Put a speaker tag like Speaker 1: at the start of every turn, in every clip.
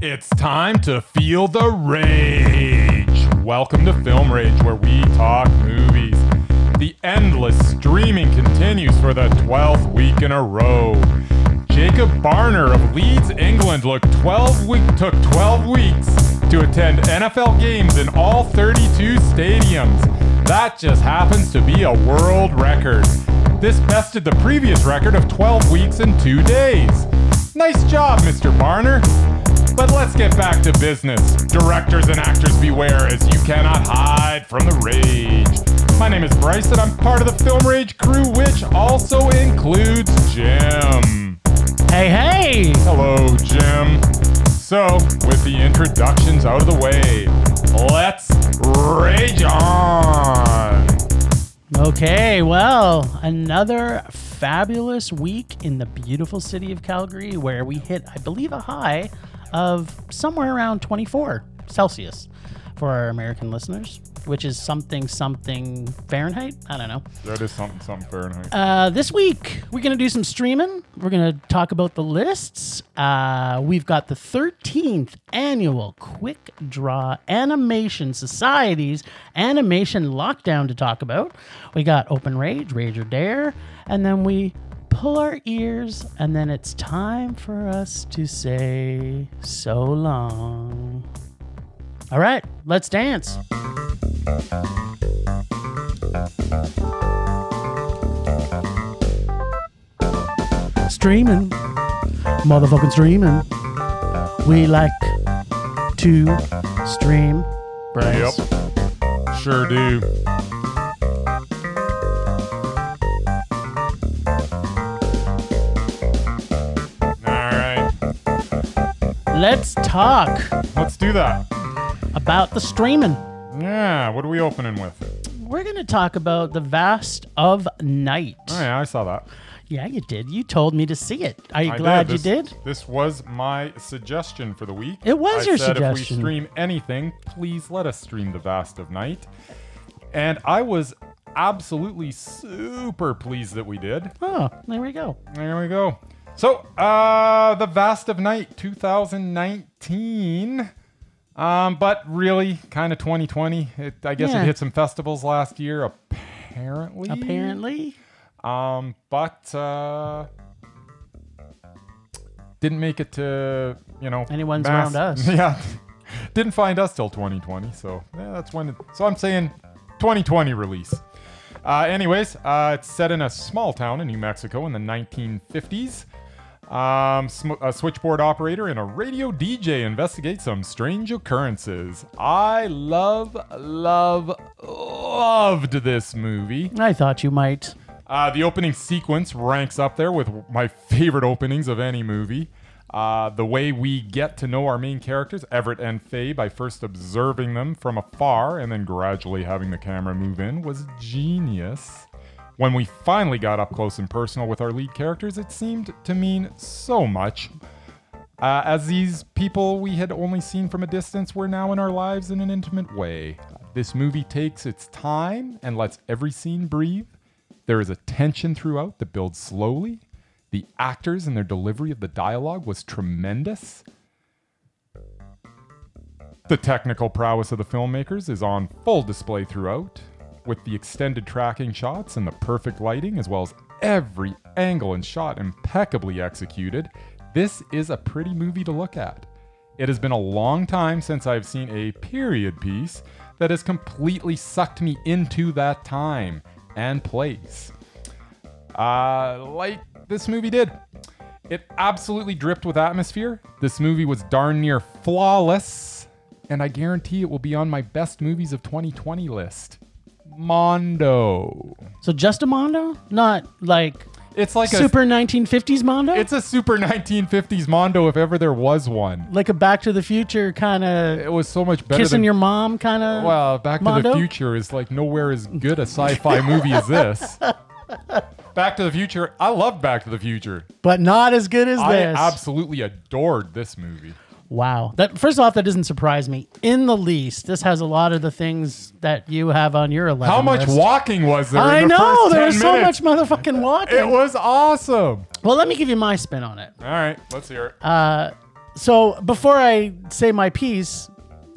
Speaker 1: It's time to feel the rage. Welcome to Film Rage, where we talk movies. The endless streaming continues for the 12th week in a row. Jacob Barner of Leeds, England, look 12 week, took 12 weeks to attend NFL games in all 32 stadiums. That just happens to be a world record. This bested the previous record of 12 weeks and 2 days. Nice job, Mr. Barner. But let's get back to business. Directors and actors beware as you cannot hide from the rage. My name is Bryce and I'm part of the Film Rage crew, which also includes Jim.
Speaker 2: Hey, hey!
Speaker 1: Hello, Jim. So, with the introductions out of the way, let's rage on.
Speaker 2: Okay, well, another fabulous week in the beautiful city of Calgary where we hit, I believe, a high of somewhere around 24 Celsius for our American listeners, which is something, something Fahrenheit? I don't know.
Speaker 1: That is something, something Fahrenheit.
Speaker 2: Uh, this week, we're going to do some streaming. We're going to talk about the lists. Uh, we've got the 13th annual Quick Draw Animation Society's animation lockdown to talk about. We got Open Rage, Rage or Dare, and then we pull our ears, and then it's time for us to say so long. All right, let's dance. streaming, motherfucking streaming. We like to stream, Bryce.
Speaker 1: Yep. Sure do. All right.
Speaker 2: Let's talk
Speaker 1: Let's do that.
Speaker 2: about the streaming.
Speaker 1: Yeah, what are we opening with?
Speaker 2: We're gonna talk about the vast of night.
Speaker 1: Oh yeah, I saw that.
Speaker 2: Yeah, you did. You told me to see it. Are you
Speaker 1: I
Speaker 2: glad
Speaker 1: This-
Speaker 2: you did?
Speaker 1: This was my suggestion for the week.
Speaker 2: It was
Speaker 1: I
Speaker 2: your
Speaker 1: said If we
Speaker 2: suggestion.
Speaker 1: stream anything, please let us stream The Vast of Night. And I was absolutely super pleased that we did.
Speaker 2: Oh, there we go.
Speaker 1: There we go. So, uh, The Vast of Night 2019. Um, but really, kind of 2020. It, I guess
Speaker 2: Yeah.
Speaker 1: it hit some festivals last year, apparently.
Speaker 2: Apparently,
Speaker 1: Um, but uh, didn't make it to you know
Speaker 2: Anyone's
Speaker 1: mass-
Speaker 2: around us.
Speaker 1: Yeah, didn't find us till 2020. So yeah, that's when. It, so I'm saying 2020 release. Uh, anyways, uh, it's set in a small town in New Mexico in the 1950s. Um, sm- a switchboard operator and a radio DJ investigate some strange occurrences. I love, love, loved this movie.
Speaker 2: I thought you might.
Speaker 1: Uh, the opening sequence ranks up there with my favorite openings of any movie. Uh, the way we get to know our main characters, Everett and Faye, by first observing them from afar and then gradually having the camera move in, was genius. When we finally got up close and personal with our lead characters, it seemed to mean so much. Uh, as these people we had only seen from a distance were now in our lives in an intimate way. This movie takes its time and lets every scene breathe. There is a tension throughout that builds slowly. The actors and their delivery of the dialogue was tremendous. The technical prowess of the filmmakers is on full display throughout, with the extended tracking shots and the perfect lighting, as well as every angle and shot impeccably executed. This is a pretty movie to look at. It has been a long time since I've seen a period piece that has completely sucked me into that time and place. Uh, like this movie did. It absolutely dripped with atmosphere. This movie was darn near flawless, and I guarantee it will be on my best movies of 2020 list. Mondo.
Speaker 2: So just a mondo, not like
Speaker 1: It's like
Speaker 2: super 1950s mondo.
Speaker 1: a it's a super 1950s Mondo if ever there was one.
Speaker 2: like a Back to the Future kind of
Speaker 1: It was so much better
Speaker 2: kissing
Speaker 1: than
Speaker 2: your mom kind of
Speaker 1: Well, Back to
Speaker 2: Mondo?
Speaker 1: the Future is like nowhere as good a sci-fi movie as this. Back to the Future. I love Back to the Future.
Speaker 2: but not as good as
Speaker 1: I
Speaker 2: this
Speaker 1: absolutely adored this movie.
Speaker 2: wow that first off that doesn't surprise me in the least this has a lot of the things that you have on your 11
Speaker 1: How much
Speaker 2: list.
Speaker 1: walking was there?
Speaker 2: i
Speaker 1: in the
Speaker 2: know
Speaker 1: first
Speaker 2: there
Speaker 1: 10
Speaker 2: was so
Speaker 1: minutes?
Speaker 2: much motherfucking walking
Speaker 1: It was awesome.
Speaker 2: well let me give you my spin on it
Speaker 1: All right, let's hear it.
Speaker 2: uh So before I say my piece,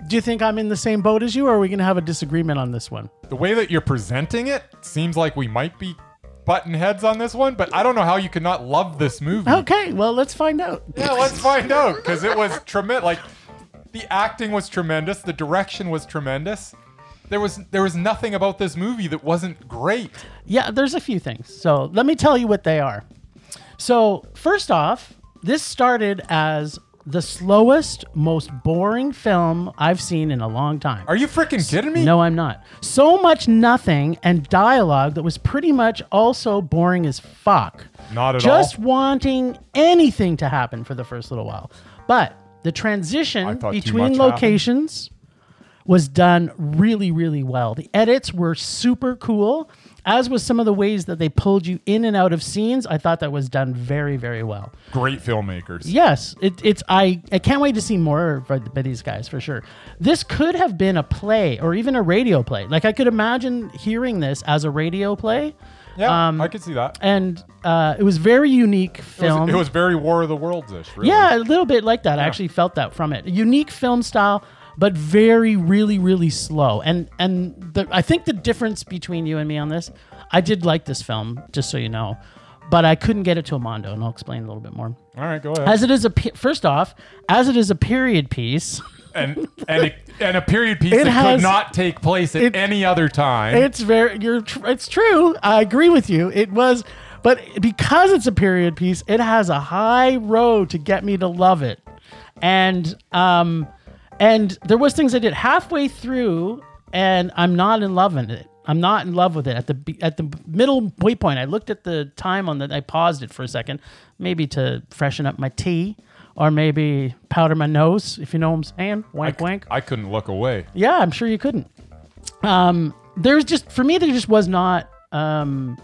Speaker 2: do you think I'm in the same boat as you, or are we going to have a disagreement on this one?
Speaker 1: The way that you're presenting it seems like we might be button heads on this one, but I don't know how you could not love this movie.
Speaker 2: Okay, well, let's find out.
Speaker 1: Yeah, let's find out because it was tremendous. Like the acting was tremendous, the direction was tremendous. There was there was nothing about this movie that wasn't great.
Speaker 2: Yeah, there's a few things. So let me tell you what they are. So, first off, this started as the slowest, most boring film I've seen in a long time.
Speaker 1: Are you freaking kidding me?
Speaker 2: No, I'm not. So much nothing and dialogue that was pretty much also boring as fuck.
Speaker 1: Not at
Speaker 2: Just
Speaker 1: all.
Speaker 2: wanting anything to happen for the first little while. But the
Speaker 1: I
Speaker 2: transition
Speaker 1: thought too
Speaker 2: between
Speaker 1: much happened.
Speaker 2: locations was done really, really well. The edits were super cool, as was some of the ways that they pulled you in and out of scenes. I thought that was done very, very well.
Speaker 1: Great filmmakers.
Speaker 2: Yes, it, it's I, I can't wait to see more by, by these guys for sure. This could have been a play or even a radio play. Like I could imagine hearing this as a radio play,
Speaker 1: Yeah,
Speaker 2: um,
Speaker 1: I could see that.
Speaker 2: and uh, it was very unique
Speaker 1: It was-
Speaker 2: film.
Speaker 1: It was very War of the Worlds ish, really.
Speaker 2: yeah, a little bit like that. I actually felt that from it. Unique film style, but very really really slow. And and the, I think the difference between you and me on this, I did like this film, just so you know, but I couldn't get it to Amando, and I'll explain a little bit more.
Speaker 1: All right, go ahead.
Speaker 2: As it is a pe- first off, as it is a period piece,
Speaker 1: and and a, and a period piece
Speaker 2: It
Speaker 1: that
Speaker 2: has-
Speaker 1: could not take place at
Speaker 2: it-
Speaker 1: any other time.
Speaker 2: it's very you're tr- it's true. I agree with you. It was but because it's a period piece, it has a high road to get me to love it. And um and there was things I did halfway through and I'm not in love with it. I'm not in love with it. At the be- at the middle waypoint, I looked at the time on that. I paused it for a second, maybe to freshen up my tea, or maybe powder my nose, if you know what I'm saying. Wank, wank.
Speaker 1: I couldn't look away.
Speaker 2: Yeah, I'm sure you couldn't. Um, there's just for me, there just was not um,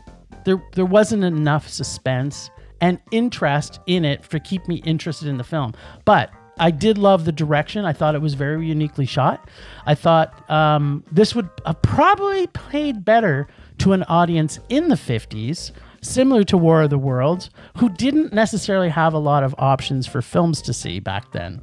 Speaker 2: there there wasn't enough suspense and interest in it for keep me interested in the film. But I did love the direction. I thought it was very uniquely shot. I thought um, this would have probably played better to an audience in the 50s, similar to War of the Worlds, who didn't necessarily have a lot of options for films to see back then.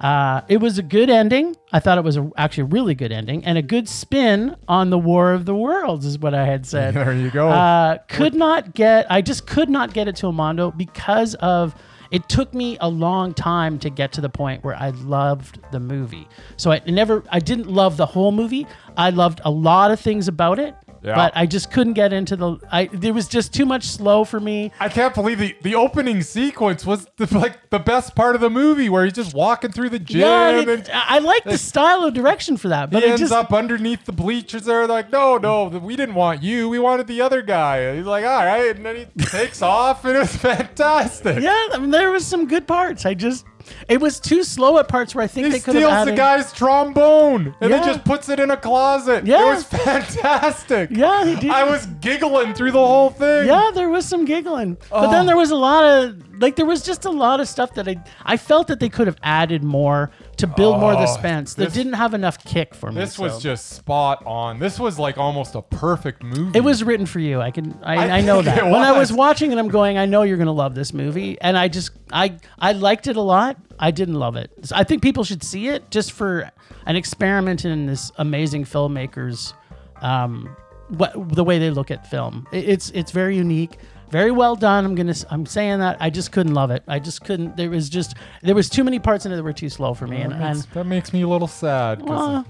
Speaker 2: Uh, it was a good ending. I thought it was a, actually a really good ending and a good spin on the War of the Worlds, is what I had said.
Speaker 1: There you go.
Speaker 2: Uh, could not get, I just could not get it to Amando because of it took me a long time to get to the point where I loved the movie. So I never, I didn't love the whole movie. I loved a lot of things about it,
Speaker 1: Yeah.
Speaker 2: but I just couldn't get into the, I, there was just too much slow for me.
Speaker 1: I can't believe the, the opening sequence was the, like the best part of the movie, where he's just walking through the gym
Speaker 2: Yeah, and
Speaker 1: and
Speaker 2: it- I I like the style of direction for that, but
Speaker 1: he
Speaker 2: it
Speaker 1: ends
Speaker 2: just,
Speaker 1: up underneath the bleachers. They're like, no, no, th- we didn't want you. We wanted the other guy. And he's like, all right, and then he takes off, and it was fantastic.
Speaker 2: yeah, I mean, there was some good parts. I just, it was too slow at parts where I think
Speaker 1: He
Speaker 2: they could have
Speaker 1: steals
Speaker 2: added.
Speaker 1: the guy's trombone and
Speaker 2: Yeah.
Speaker 1: then just puts it in a closet.
Speaker 2: Yeah.
Speaker 1: It was fantastic.
Speaker 2: Yeah, he did.
Speaker 1: I was giggling through the whole thing.
Speaker 2: Yeah, there was some giggling, but
Speaker 1: Oh.
Speaker 2: then there was a lot of like there was just a lot of stuff that I I felt that they could have added more to build more
Speaker 1: Oh,
Speaker 2: suspense. That
Speaker 1: this-
Speaker 2: didn't have enough kick for me.
Speaker 1: This
Speaker 2: so.
Speaker 1: was just spot on. This was like almost a perfect movie.
Speaker 2: It was written for you. I can. I, I,
Speaker 1: I
Speaker 2: know
Speaker 1: think
Speaker 2: that.
Speaker 1: it
Speaker 2: When I was
Speaker 1: was.
Speaker 2: watching it, I'm going. I know you're gonna love this movie, and I just I I liked it a lot. I didn't love it. So I think people should see it just for an experiment in this amazing filmmaker's um, what the way they look at film. It, it's it's very unique. Very well done. I'm gonna. s- I'm saying that. I just couldn't love it. I just couldn't. There was just there was too many parts in it that were too slow for me. And,
Speaker 1: That makes,
Speaker 2: and
Speaker 1: that makes me a little sad
Speaker 2: uh,
Speaker 1: because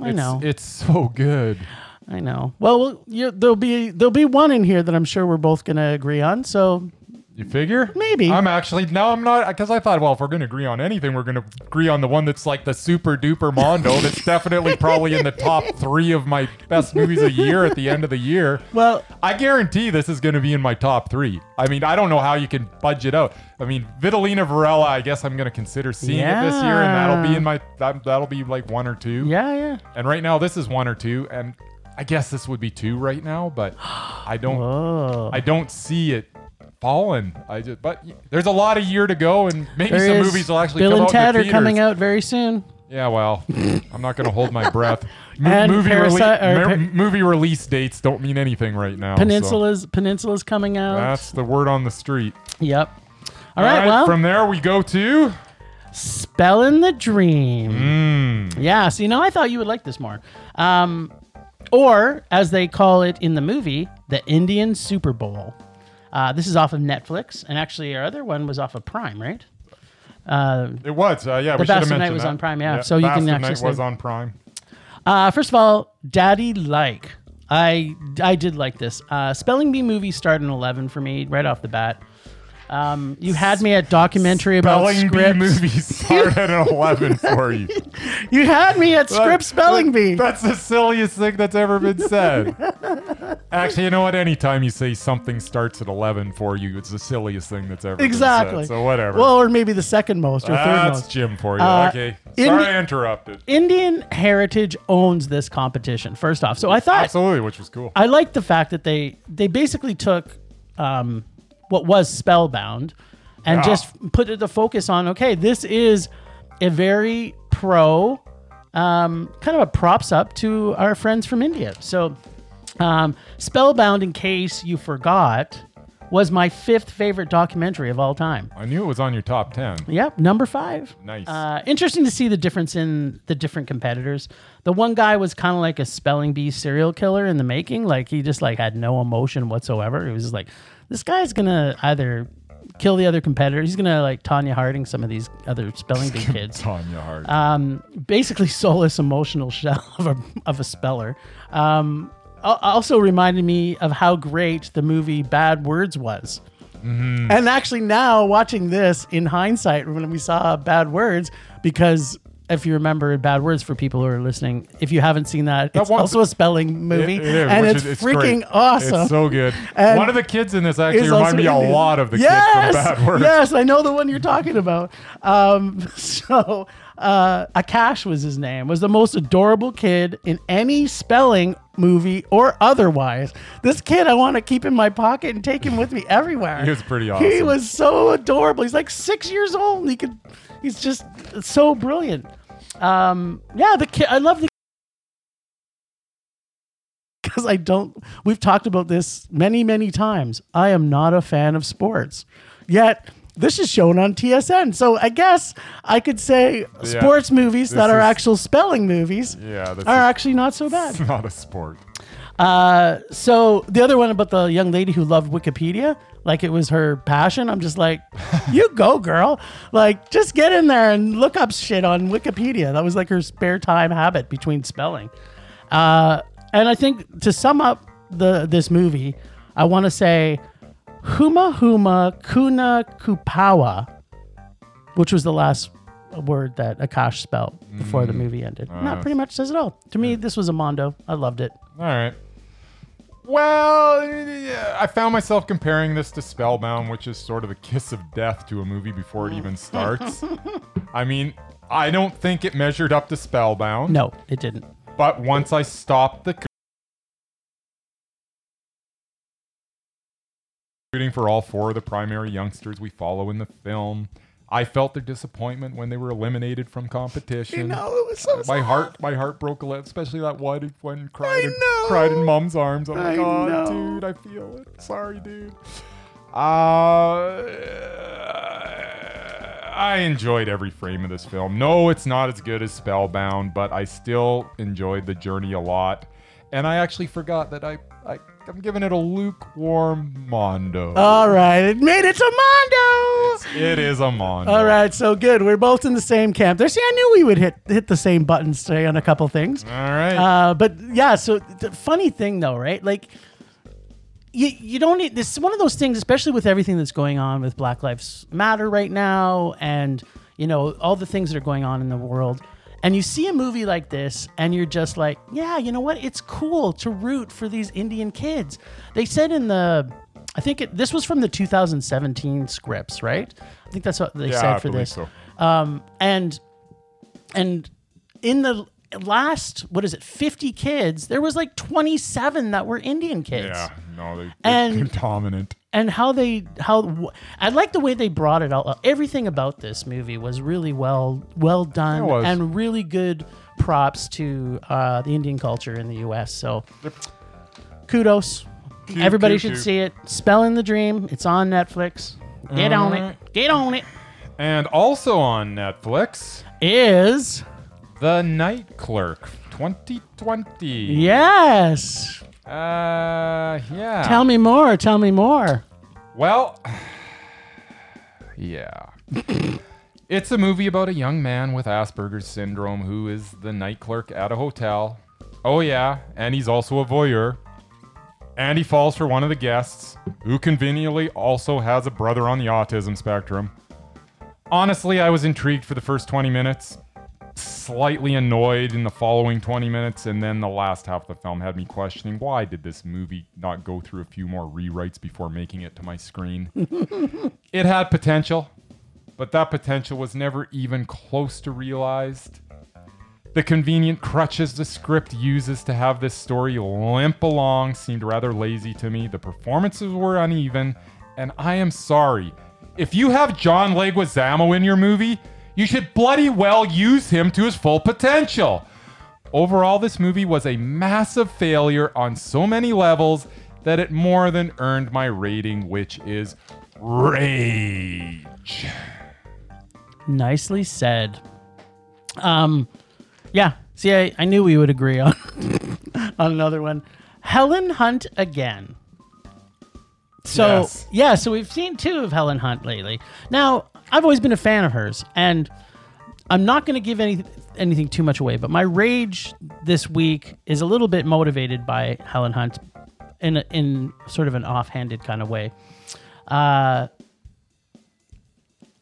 Speaker 2: I know.
Speaker 1: it's so good.
Speaker 2: I know. Well, we'll- you, there'll be there'll be one in here that I'm sure we're both going to agree on. So
Speaker 1: You figure?
Speaker 2: Maybe.
Speaker 1: I'm actually now I'm not because I thought, well, if we're gonna agree on anything, we're gonna agree on the one that's like the super duper mondo. that's definitely probably in the top three of my best movies a year at the end of the year.
Speaker 2: Well-
Speaker 1: I guarantee this is gonna be in my top three. I mean, I don't know how you can budge it out. I mean, Vitalina Varela, I guess I'm gonna consider seeing it this year, and that'll be in my that, that'll be like one or two.
Speaker 2: yeah, yeah.
Speaker 1: And right now, this is one or two, and I guess this would be two right now, but I don't.
Speaker 2: Oh,
Speaker 1: I don't see it falling. I just, but there's a lot of year to go, and maybe
Speaker 2: There
Speaker 1: some
Speaker 2: is-
Speaker 1: movies will actually
Speaker 2: Bill
Speaker 1: come
Speaker 2: and
Speaker 1: out
Speaker 2: Ted
Speaker 1: in
Speaker 2: are
Speaker 1: the
Speaker 2: coming
Speaker 1: theaters.
Speaker 2: out very soon.
Speaker 1: Yeah, well, I'm not gonna hold my breath. Mo-
Speaker 2: And
Speaker 1: movie,
Speaker 2: Parasite-
Speaker 1: rele-
Speaker 2: or
Speaker 1: mer-
Speaker 2: Pa-
Speaker 1: movie release dates don't mean anything right now. so
Speaker 2: Peninsula's Peninsula's coming out.
Speaker 1: that's the word on the street.
Speaker 2: yep. All right. Well,
Speaker 1: from there we go to
Speaker 2: Spelling the Dream.
Speaker 1: Hmm.
Speaker 2: Yeah, see, now I thought you would like this more. Um, or, as they call it in the movie, the Indian Super Bowl. Uh, this is off of Netflix, and actually, our other one was off of Prime, right?
Speaker 1: It was, uh, yeah. we should have
Speaker 2: Bast of
Speaker 1: mentioned
Speaker 2: Night was
Speaker 1: that.
Speaker 2: on Prime, yeah, so you
Speaker 1: Bast
Speaker 2: can
Speaker 1: of
Speaker 2: actually
Speaker 1: Night was
Speaker 2: see-
Speaker 1: on Prime.
Speaker 2: Uh, first of all, Daddy Like. I, I did like this. Uh, Spelling Bee movie started an 11 for me right off the bat. Um, you had me at documentary about
Speaker 1: Spelling Bee
Speaker 2: scripts.
Speaker 1: movies start at an 11 for you.
Speaker 2: You had me at script spelling bee.
Speaker 1: That's the silliest thing that's ever been said. Actually, you know what? Anytime you say something starts at 11 for you, it's the silliest thing that's ever been
Speaker 2: Exactly.
Speaker 1: said. So whatever. Ah,
Speaker 2: Well, or maybe the second most or third
Speaker 1: that's
Speaker 2: most.
Speaker 1: Jim for you.
Speaker 2: Uh,
Speaker 1: okay.
Speaker 2: in-
Speaker 1: Sorry I interrupted.
Speaker 2: Indian Heritage owns this competition. First off, so I thought
Speaker 1: Absolutely, which was cool.
Speaker 2: I liked the fact that they they basically took um, what was Spellbound and
Speaker 1: Yeah.
Speaker 2: just put the focus on okay, this is a very pro um, kind of a props up to our friends from India. So um, Spellbound, in case you forgot, was my fifth favorite documentary of all time.
Speaker 1: I knew it was on your top 10.
Speaker 2: Yep, number five.
Speaker 1: Nice.
Speaker 2: Uh, interesting to see the difference in the different competitors. The one guy was kind of like a spelling bee serial killer in the making. Like he just like had no emotion whatsoever. It was just like, this guy's gonna either kill the other competitor. He's gonna like Tanya Harding some of these other spelling bee kids.
Speaker 1: Tanya Hart.
Speaker 2: Um, basically, soulless emotional shell of a of a speller. Um, al- also reminded me of how great the movie Bad Words was.
Speaker 1: Mm-hmm.
Speaker 2: And actually, now watching this in hindsight, when we saw Bad Words, because if you remember Bad Words for people who are listening, if you haven't seen that, it's
Speaker 1: one-
Speaker 2: also a spelling movie,
Speaker 1: It- it is,
Speaker 2: and
Speaker 1: which
Speaker 2: it's,
Speaker 1: is- it's
Speaker 2: freaking
Speaker 1: great.
Speaker 2: awesome.
Speaker 1: It's so good.
Speaker 2: And
Speaker 1: one of the kids in this actually
Speaker 2: is
Speaker 1: reminded
Speaker 2: also
Speaker 1: me
Speaker 2: Indian.
Speaker 1: a lot of the
Speaker 2: yes!
Speaker 1: kid from Bad Words.
Speaker 2: Yes, I know the one you're talking about. Um, so, uh, Akash was his name, was the most adorable kid in any spelling movie or otherwise. This kid I want to keep in my pocket and take him with me everywhere.
Speaker 1: He was pretty
Speaker 2: He
Speaker 1: awesome.
Speaker 2: was so adorable. He's like six years old. And he could, he's just so brilliant. Um, yeah, the kid, I love the because I don't. We've talked about this many, many times. I am not a fan of sports, yet this is shown on TSN. So I guess I could say sports movies that
Speaker 1: This
Speaker 2: are
Speaker 1: is-
Speaker 2: actual spelling movies
Speaker 1: Yeah, this
Speaker 2: are
Speaker 1: is
Speaker 2: actually not so bad.
Speaker 1: it's not a sport.
Speaker 2: Uh, so the other one about the young lady who loved Wikipedia, like it was her passion. I'm just like, you go, girl. Like, just get in there and look up shit on Wikipedia. That was like her spare time habit between spelling. Uh, and I think to sum up the this movie, I want to say, Huma Huma Kuna Kupawa, which was the last word that Akash spelled before the movie ended. And that pretty much says it all. To me, this was a Mondo. I loved it.
Speaker 1: All right. Well, yeah, I found myself comparing this to Spellbound, which is sort of the kiss of death to a movie before it even starts. I mean, I don't think it measured up to Spellbound,
Speaker 2: No, it didn't.
Speaker 1: but once I stopped the shooting for all four of the primary youngsters we follow in the film, I felt their disappointment when they were eliminated from competition.
Speaker 2: it was so
Speaker 1: My heart, my heart broke a lot, especially that one when cried in,
Speaker 2: know.
Speaker 1: cried in mom's arms. I'm like,
Speaker 2: I
Speaker 1: oh,
Speaker 2: know.
Speaker 1: dude, I feel it. Sorry, dude. Uh, I enjoyed every frame of this film. No, it's not as good as Spellbound, but I still enjoyed the journey a lot. And I actually forgot that I, I I'm giving it a lukewarm mondo.
Speaker 2: All right, it made it to Mondo.
Speaker 1: it is a mondo.
Speaker 2: All right, so good. We're both in the same camp. There, see, I knew we would hit hit the same buttons today on a couple things.
Speaker 1: All right.
Speaker 2: Uh, but yeah, so the funny thing though, right? Like, you you don't need this. is One of those things, especially with everything that's going on with Black Lives Matter right now, and you know all the things that are going on in the world. And you see a movie like this, and you're just like, yeah, you know what? It's cool to root for these Indian kids. They said in the, I think it, this was from the 2017 scripts, right? I think that's what they
Speaker 1: yeah, I
Speaker 2: said for
Speaker 1: believe
Speaker 2: this
Speaker 1: so.
Speaker 2: and and in the last what is it 50 kids there was like 27 that were indian kids
Speaker 1: Yeah, no, they, they,
Speaker 2: And-
Speaker 1: they're dominant.
Speaker 2: and how they how wh- i like the way they brought it all up everything about this movie was really well well done
Speaker 1: It was.
Speaker 2: and really good props to uh, the indian culture in the us so kudos everybody
Speaker 1: cute,
Speaker 2: should
Speaker 1: cute.
Speaker 2: see it spelling the dream it's on netflix get on
Speaker 1: Alright.
Speaker 2: it get on it
Speaker 1: And also on Netflix,
Speaker 2: Is
Speaker 1: The Night Clerk 2020.
Speaker 2: yes.
Speaker 1: Uh, yeah.
Speaker 2: Tell me more. Tell me more.
Speaker 1: Well, yeah. it's a movie about a young man with Asperger's syndrome who is the night clerk at a hotel. Oh, yeah, and he's also a voyeur. And he falls for one of the guests, who conveniently also has a brother on the autism spectrum. Honestly, I was intrigued for the first 20 minutes, slightly annoyed in the following 20 minutes, and then the last half of the film had me questioning why did this movie not go through a few more rewrites before making it to my screen? it had potential, but that potential was never even close to realized. The convenient crutches the script uses to have this story limp along seemed rather lazy to me. The performances were uneven, and I am sorry. If you have John Leguizamo in your movie, you should bloody well use him to his full potential. Overall, this movie was a massive failure on so many levels that it more than earned my rating, which is rage.
Speaker 2: Nicely said. Um, yeah. See, I, I knew we would agree on on another one. Helen Hunt again. So
Speaker 1: Yes.
Speaker 2: yeah, so we've seen two of Helen Hunt lately. Now I've always been a fan of hers, and I'm not going to give any anything too much away. But my rage this week is a little bit motivated by Helen Hunt, in a, in sort of an offhanded kind of way. Uh,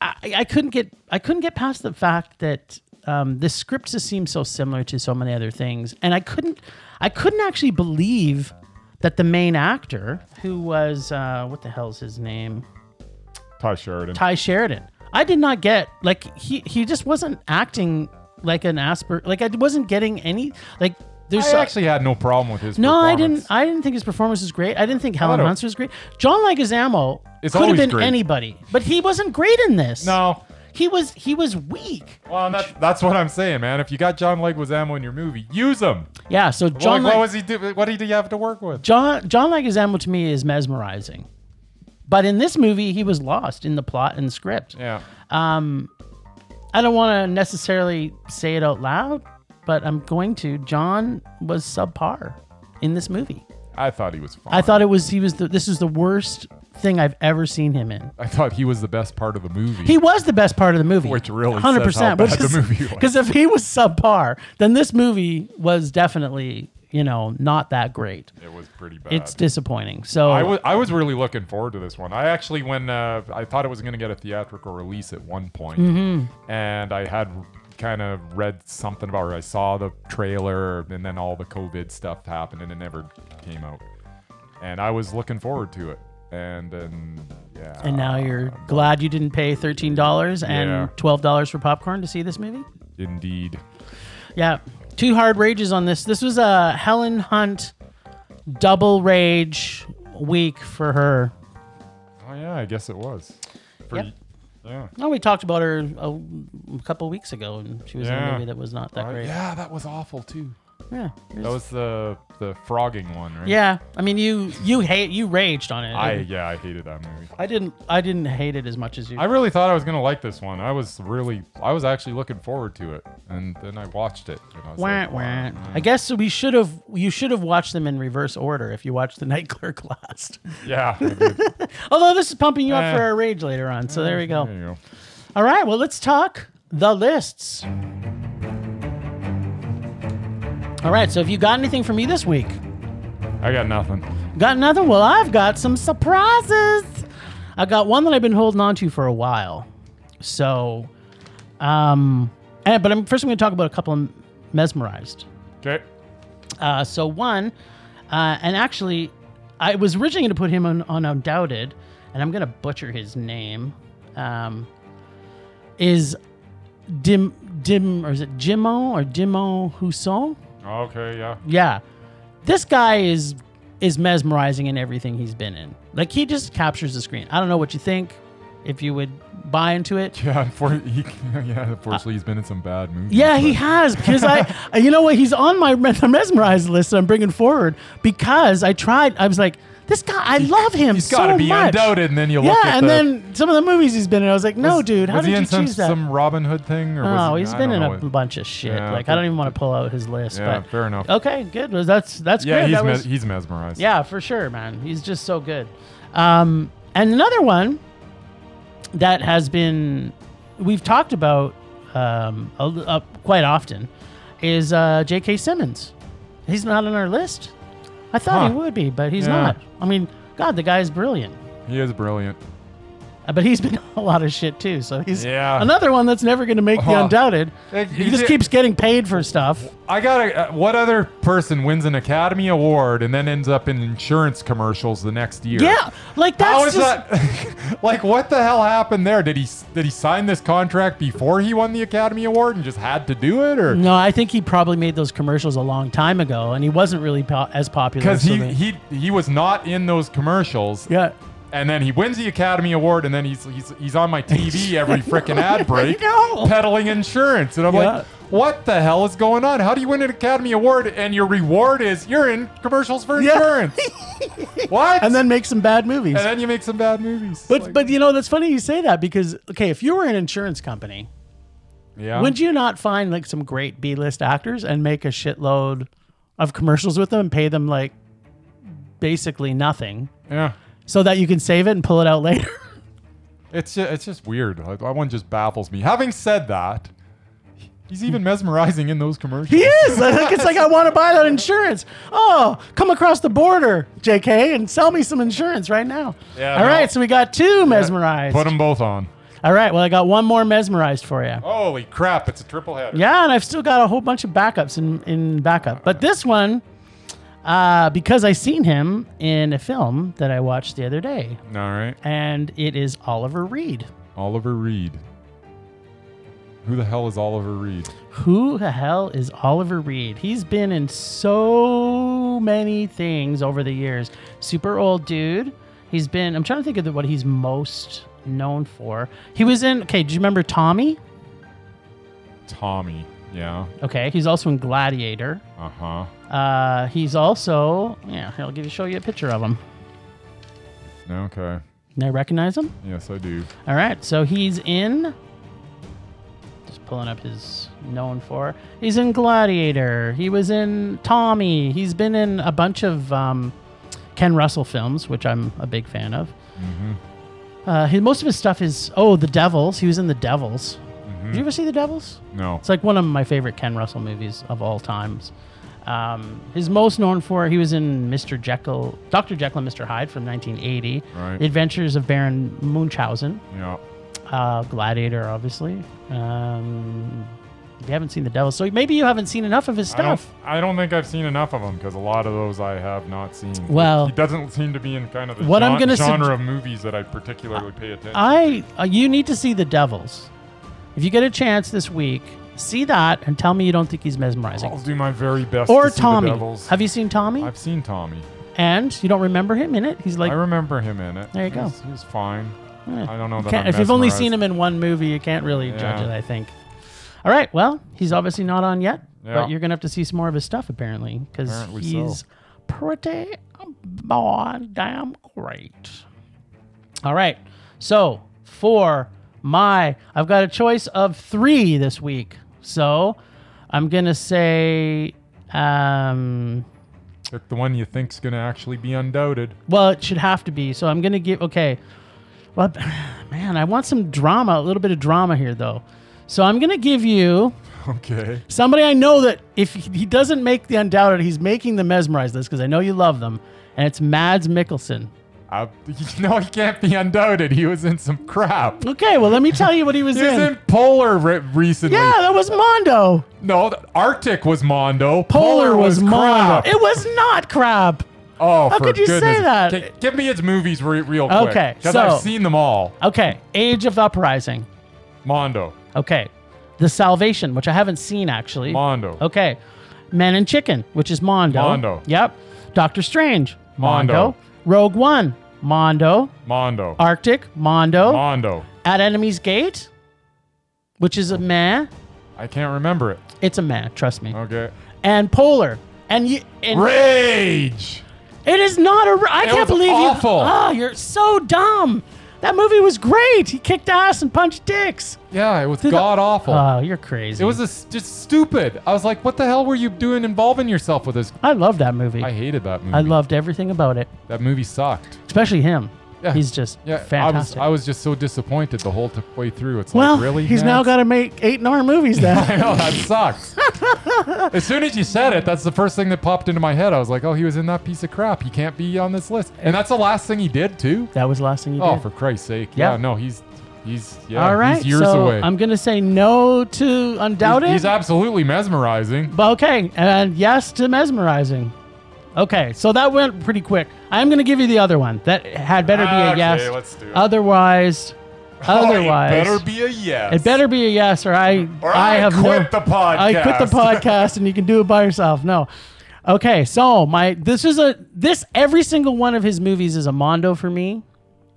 Speaker 2: I, I couldn't get I couldn't get past the fact that um, the script just seems so similar to so many other things, and I couldn't I couldn't actually believe that the main actor, who was uh, what the hell's his name,
Speaker 1: Ty Sheridan.
Speaker 2: Ty Sheridan, I did not get like he he just wasn't acting like an Asper like I wasn't getting any like there's
Speaker 1: I
Speaker 2: so-
Speaker 1: actually had no problem with his
Speaker 2: no, I
Speaker 1: performance.
Speaker 2: didn't. I didn't think his performance was great. I didn't think Helen
Speaker 1: don't-
Speaker 2: Hunter was great. John Leguizamo
Speaker 1: It's
Speaker 2: could have
Speaker 1: always
Speaker 2: been
Speaker 1: great.
Speaker 2: anybody, but he wasn't great in this.
Speaker 1: No.
Speaker 2: he was. He was weak.
Speaker 1: Well, and that's that's what I'm saying, man. If you got John Leguizamo in your movie, use him.
Speaker 2: Yeah. So John.
Speaker 1: John
Speaker 2: Leg-
Speaker 1: what was he do? What did he have to work with?
Speaker 2: John John Leguizamo to me is mesmerizing, but in this movie he was lost in the plot and script.
Speaker 1: Yeah.
Speaker 2: I don't want to necessarily say it out loud, but I'm going to. John was subpar in this movie.
Speaker 1: I thought he was fine.
Speaker 2: I thought it was he was the, this is the worst thing I've ever seen him in.
Speaker 1: I thought he was the best part of the movie.
Speaker 2: He was the best part of the movie,
Speaker 1: Which really says how
Speaker 2: which
Speaker 1: bad the
Speaker 2: is-
Speaker 1: movie was.
Speaker 2: Because if he was subpar, then this movie was definitely you know not that great.
Speaker 1: it was pretty bad.
Speaker 2: It's disappointing. So
Speaker 1: Uh, I was I was really looking forward to this one. I actually when uh, I thought it was going to get a theatrical release at one point,
Speaker 2: Mm-hmm.
Speaker 1: and I had kind of read something about it. I saw the trailer, and then all the COVID stuff happened, and it never came out. And I was looking forward to it, and then yeah.
Speaker 2: and now you're glad you didn't pay thirteen dollars
Speaker 1: Yeah.
Speaker 2: and twelve dollars for popcorn to see this movie.
Speaker 1: indeed,
Speaker 2: Yeah, two hard rages on this. This was a Helen Hunt double rage week for her.
Speaker 1: oh yeah, I guess it was. For,
Speaker 2: Yep.
Speaker 1: Yeah.
Speaker 2: No, we talked about her a, a couple weeks ago, and she was in a
Speaker 1: Yeah.
Speaker 2: movie that was not that
Speaker 1: Uh,
Speaker 2: great.
Speaker 1: yeah, that was awful too.
Speaker 2: yeah.
Speaker 1: That was the the frogging one, right?
Speaker 2: Yeah, I mean, you you hate you raged on it.
Speaker 1: I yeah, I hated that movie.
Speaker 2: I didn't I didn't hate it as much as you.
Speaker 1: I really thought I was gonna like this one. I was really, I was actually looking forward to it, and then I watched it. And I was
Speaker 2: Wah,
Speaker 1: like,
Speaker 2: wah. I guess we should have you should have watched them in reverse order if you watched the Night Clerk last.
Speaker 1: Yeah. I did.
Speaker 2: Although this is pumping you up
Speaker 1: Eh. Mm-hmm.
Speaker 2: for a rage later on, so there we go.
Speaker 1: There you go.
Speaker 2: All right, well let's talk the lists. All right, so have you got anything for me this week?
Speaker 1: I got nothing.
Speaker 2: Got nothing? Well, I've got some surprises. I got one that I've been holding on to for a while. So, um, and, but I'm, first I'm going to talk about a couple of mesmerized.
Speaker 1: Okay.
Speaker 2: Uh, so one, uh, and actually, I was originally going to put him on, on Undoubted, and I'm going to butcher his name. Um, is Dim Dim or is it Jimo or Dimo Husson?
Speaker 1: Okay. Yeah.
Speaker 2: Yeah. This guy is is mesmerizing in everything he's been in. Like he just captures the screen. I don't know what you think. if you would buy into it.
Speaker 1: Yeah, unfor- he, yeah, unfortunately, he's been in some bad movies.
Speaker 2: Yeah, he
Speaker 1: but-
Speaker 2: has because I, you know what? He's on my mes- mesmerized list. I'm bringing forward because I tried. I was like, this guy, I love him
Speaker 1: He's
Speaker 2: so
Speaker 1: got to be
Speaker 2: much.
Speaker 1: undoubted, and then you
Speaker 2: Yeah,
Speaker 1: look at
Speaker 2: and
Speaker 1: the,
Speaker 2: then some of the movies he's been in, I was like, no,
Speaker 1: was-
Speaker 2: dude, how
Speaker 1: was
Speaker 2: did
Speaker 1: he
Speaker 2: you
Speaker 1: in some,
Speaker 2: choose that?
Speaker 1: some Robin Hood thing? Or
Speaker 2: Oh,
Speaker 1: was
Speaker 2: he's
Speaker 1: he, I
Speaker 2: been
Speaker 1: don't
Speaker 2: in
Speaker 1: know
Speaker 2: a
Speaker 1: what-
Speaker 2: bunch of shit.
Speaker 1: Yeah,
Speaker 2: like I don't
Speaker 1: but-
Speaker 2: even want to pull out his list.
Speaker 1: Yeah,
Speaker 2: but
Speaker 1: fair enough.
Speaker 2: okay, good. Well, that's that's
Speaker 1: Yeah,
Speaker 2: good.
Speaker 1: he's,
Speaker 2: that
Speaker 1: mes-
Speaker 2: was,
Speaker 1: he's mesmerized.
Speaker 2: yeah, for sure, man. He's just so good. Um, and another one that has been we've talked about um, a, l- uh, quite often is uh, J.K. Simmons. He's not on our list. I thought he
Speaker 1: Huh.
Speaker 2: would be, but he's
Speaker 1: Yeah.
Speaker 2: not. I mean, God, the guy's brilliant.
Speaker 1: He is brilliant.
Speaker 2: Uh, But he's been on a lot of shit too, so he's
Speaker 1: Yeah.
Speaker 2: another one that's never going to make the
Speaker 1: Uh-huh.
Speaker 2: undoubted.
Speaker 1: It-
Speaker 2: He
Speaker 1: it-
Speaker 2: just
Speaker 1: it-
Speaker 2: keeps getting paid for stuff.
Speaker 1: I gotta. Uh, what other person wins an Academy Award and then ends up in insurance commercials the next year?
Speaker 2: Yeah, like that's
Speaker 1: How is
Speaker 2: just
Speaker 1: that? like, what the hell happened there? Did he s- did he sign this contract before he won the Academy Award and just had to do it, or
Speaker 2: No, I think he probably made those commercials a long time ago, and he wasn't really po- as popular.
Speaker 1: because
Speaker 2: so
Speaker 1: he,
Speaker 2: they-
Speaker 1: he he was not in those commercials,
Speaker 2: yeah,
Speaker 1: and then he wins the Academy Award, and then he's he's, he's on my TV every freaking ad break,
Speaker 2: I know.
Speaker 1: peddling insurance, and I'm
Speaker 2: Yeah.
Speaker 1: like, what the hell is going on? How do you win an Academy Award and your reward is you're in commercials for
Speaker 2: Yeah.
Speaker 1: insurance? what?
Speaker 2: and then make some bad movies.
Speaker 1: and then you make some bad movies.
Speaker 2: but
Speaker 1: Like,
Speaker 2: but you know that's funny you say that because okay, if you were an insurance company,
Speaker 1: yeah,
Speaker 2: would you not find like some great B list actors and make a shitload of commercials with them and pay them like basically nothing
Speaker 1: yeah.
Speaker 2: so that you can save it and pull it out later?
Speaker 1: It's just, it's just weird. Like, That one just baffles me. Having said that, he's even mesmerizing in those commercials.
Speaker 2: He is. Like, it's like I want to buy that insurance. Oh, come across the border, J.K., and sell me some insurance right now.
Speaker 1: Yeah,
Speaker 2: All
Speaker 1: no.
Speaker 2: right, so we got two mesmerized.
Speaker 1: Put them both on.
Speaker 2: All right, well I got one more mesmerized for you.
Speaker 1: Holy crap! It's a triple header.
Speaker 2: Yeah, and I've still got a whole bunch of backups in in backup, but this one. Uh, because I seen him in a film that I watched the other day,
Speaker 1: All right,
Speaker 2: and it is Oliver Reed.
Speaker 1: Oliver Reed. Who the hell is Oliver Reed?
Speaker 2: Who the hell is Oliver Reed? He's been in so many things over the years. Super old dude. He's been, I'm trying to think of the, what he's most known for. He was in, okay, do you remember Tommy?
Speaker 1: Tommy. Yeah.
Speaker 2: Okay, he's also in Gladiator.
Speaker 1: Uh huh.
Speaker 2: Uh, he's also, yeah, I'll give you, show you a picture of him.
Speaker 1: Okay.
Speaker 2: Now recognize him?
Speaker 1: Yes, I do.
Speaker 2: All right, so he's in. Just pulling up his known for. He's in Gladiator. He was in Tommy. He's been in a bunch of um, Ken Russell films, which I'm a big fan of. Uh, his, most of his stuff is oh, The Devils. He was in The Devils. Did you ever see The Devils?
Speaker 1: No.
Speaker 2: It's like one of my favorite Ken Russell movies of all times. Um, his most known for he was in Mr. Jekyll, Dr. Jekyll and Mr. Hyde from 1980,
Speaker 1: Right.
Speaker 2: Adventures of Baron Munchausen,
Speaker 1: Yeah.
Speaker 2: uh, Gladiator, obviously. Um, if you haven't seen The Devil, so maybe you haven't seen enough of his
Speaker 1: I don't,
Speaker 2: stuff.
Speaker 1: I don't think I've seen enough of them because a lot of those I have not seen.
Speaker 2: Well-
Speaker 1: he doesn't seem to be in kind of the
Speaker 2: What I'm
Speaker 1: gen-
Speaker 2: gonna sug-
Speaker 1: genre of movies that I particularly pay attention.
Speaker 2: I, uh, you need to see The Devils. If you get a chance this week, see that and tell me you don't think he's mesmerizing.
Speaker 1: I'll do my very best.
Speaker 2: or
Speaker 1: to see
Speaker 2: Tommy.
Speaker 1: The devils.
Speaker 2: Have you seen Tommy?
Speaker 1: I've seen Tommy.
Speaker 2: and you don't remember him in it? He's like eh.
Speaker 1: I remember him in it.
Speaker 2: There you
Speaker 1: he
Speaker 2: go.
Speaker 1: Was, he was fine.
Speaker 2: Yeah.
Speaker 1: I don't know that.
Speaker 2: Can't-
Speaker 1: I'm
Speaker 2: if you've only seen
Speaker 1: mesmerized.
Speaker 2: him in one movie, you can't really judge
Speaker 1: Yeah.
Speaker 2: it, I think. All right. Well, he's obviously not on yet,
Speaker 1: Yeah.
Speaker 2: but you're going to have to see some more of his stuff, apparently, because
Speaker 1: Apparently so.
Speaker 2: he's pretty bod damn great. All right. So, for my, I've got a choice of three this week. So, I'm going to say, um,
Speaker 1: Pick the one you think's gonna actually be undoubted.
Speaker 2: well, it should have to be. So I'm gonna give. Okay. Well, man, I want some drama. A little bit of drama here, though. So I'm gonna give you
Speaker 1: Okay.
Speaker 2: somebody I know that if he doesn't make the undoubted, he's making the mesmerized list because I know you love them, and it's Mads Mikkelsen.
Speaker 1: I, no, he can't be undoubted. He was in some crap.
Speaker 2: Okay, well let me tell you what he was
Speaker 1: He was
Speaker 2: in.
Speaker 1: in Polar re- recently.
Speaker 2: Yeah, that was Mondo.
Speaker 1: No, the Arctic was Mondo.
Speaker 2: Polar, was, Mondo.
Speaker 1: crap.
Speaker 2: It was not crap.
Speaker 1: oh, how
Speaker 2: could you say that?
Speaker 1: give me his movies re- real quick.
Speaker 2: Okay,
Speaker 1: Because
Speaker 2: so-
Speaker 1: I've seen them all.
Speaker 2: Okay, Age of the Uprising.
Speaker 1: Mondo.
Speaker 2: Okay, The Salvation, which I haven't seen actually.
Speaker 1: Mondo.
Speaker 2: Okay. Men and Chicken, which is Mondo.
Speaker 1: Mondo.
Speaker 2: Yep. Doctor Strange.
Speaker 1: Mondo.
Speaker 2: Rogue One. Mondo,
Speaker 1: Mondo.
Speaker 2: Arctic, Mondo,
Speaker 1: Mondo.
Speaker 2: At Enemy's Gate, which is a
Speaker 1: Oh.
Speaker 2: meh.
Speaker 1: I can't remember it.
Speaker 2: It's a meh, trust me.
Speaker 1: Okay.
Speaker 2: And Polar. And you and
Speaker 1: Rage.
Speaker 2: it is not a I can't
Speaker 1: was
Speaker 2: believe
Speaker 1: awful.
Speaker 2: you Oh, you're so dumb. That movie was great. He kicked ass and punched dicks.
Speaker 1: Yeah, it was
Speaker 2: the-
Speaker 1: god awful.
Speaker 2: Oh, you're crazy.
Speaker 1: it was a s just stupid. I was like, what the hell were you doing involving yourself with this?
Speaker 2: I love that movie.
Speaker 1: I
Speaker 2: I,
Speaker 1: hated that movie.
Speaker 2: loved everything about it,
Speaker 1: that movie sucked.
Speaker 2: especially him.
Speaker 1: Yeah.
Speaker 2: He's just
Speaker 1: Yeah,
Speaker 2: fantastic.
Speaker 1: I was I was just so disappointed the whole t- way through. It's
Speaker 2: well,
Speaker 1: like really.
Speaker 2: he's now
Speaker 1: Nance?
Speaker 2: got to make eight more movies now.
Speaker 1: I know that sucks. as soon as you said it, that's the first thing that popped into my head. I was like, oh, he was in that piece of crap. He can't be on this list. And that's the last thing he did too.
Speaker 2: that was the last thing you
Speaker 1: Oh,
Speaker 2: did.
Speaker 1: for Christ's sake!
Speaker 2: Yeah.
Speaker 1: Yeah, no, he's he's yeah,
Speaker 2: All right,
Speaker 1: he's years
Speaker 2: so
Speaker 1: away.
Speaker 2: I'm gonna say no to
Speaker 1: he's,
Speaker 2: undoubted.
Speaker 1: he's absolutely mesmerizing.
Speaker 2: But okay, and yes to mesmerizing. Okay, so that went pretty quick. I'm going to give you the other one. That had better be a
Speaker 1: Okay,
Speaker 2: yes.
Speaker 1: let's do it. Oh,
Speaker 2: Otherwise, otherwise,
Speaker 1: it better be a yes.
Speaker 2: it better be a yes, or I,
Speaker 1: Or I
Speaker 2: I, have
Speaker 1: quit
Speaker 2: no,
Speaker 1: the podcast.
Speaker 2: I quit the podcast, and you can do it by yourself. No. Okay, so my this is a this every single one of his movies is a mondo for me.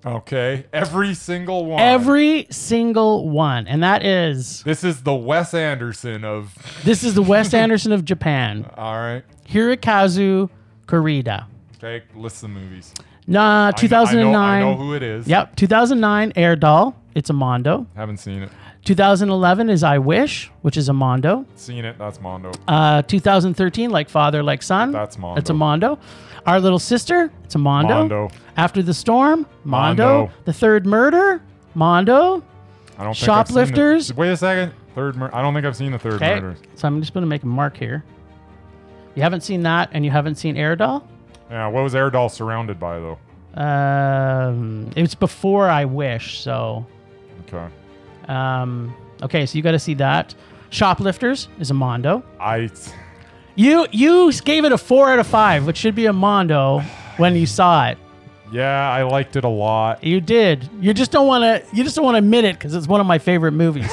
Speaker 1: Okay, every single one.
Speaker 2: Every single one, and that is
Speaker 1: This is the Wes Anderson of.
Speaker 2: this is the Wes Anderson of Japan,
Speaker 1: All right.
Speaker 2: Hirokazu Kurita.
Speaker 1: Okay, list the movies.
Speaker 2: Nah,
Speaker 1: I kn- I know-
Speaker 2: 2009.
Speaker 1: I know, who it is.
Speaker 2: Yep, 2009 Air Doll. It's a Mondo.
Speaker 1: Haven't seen it.
Speaker 2: 2011 is I Wish, which is a Mondo.
Speaker 1: Seen it. That's Mondo.
Speaker 2: Uh, 2013, Like Father, Like Son.
Speaker 1: That's Mondo.
Speaker 2: It's a Mondo. Our Little Sister. It's a Mondo.
Speaker 1: Mondo.
Speaker 2: After the Storm. Mondo.
Speaker 1: Mondo.
Speaker 2: The Third Murder. Mondo.
Speaker 1: I don't think I've seen the-
Speaker 2: Shoplifters.
Speaker 1: Wait a second. Third murder. I don't think I've seen the third
Speaker 2: Okay.
Speaker 1: murders.
Speaker 2: So I'm just going to make a mark here. You haven't seen that, and you haven't seen Air Doll.
Speaker 1: Yeah. What was Airdoll surrounded by though?
Speaker 2: Um, it's before I Wish, so
Speaker 1: Okay.
Speaker 2: um, okay. So you got to see that. Shoplifters is a Mondo.
Speaker 1: I.
Speaker 2: You you gave it a four out of five, which should be a mondo when you saw it.
Speaker 1: Yeah, I liked it a lot.
Speaker 2: You did. You just don't want to. You just don't want to admit it because it's one of my favorite movies.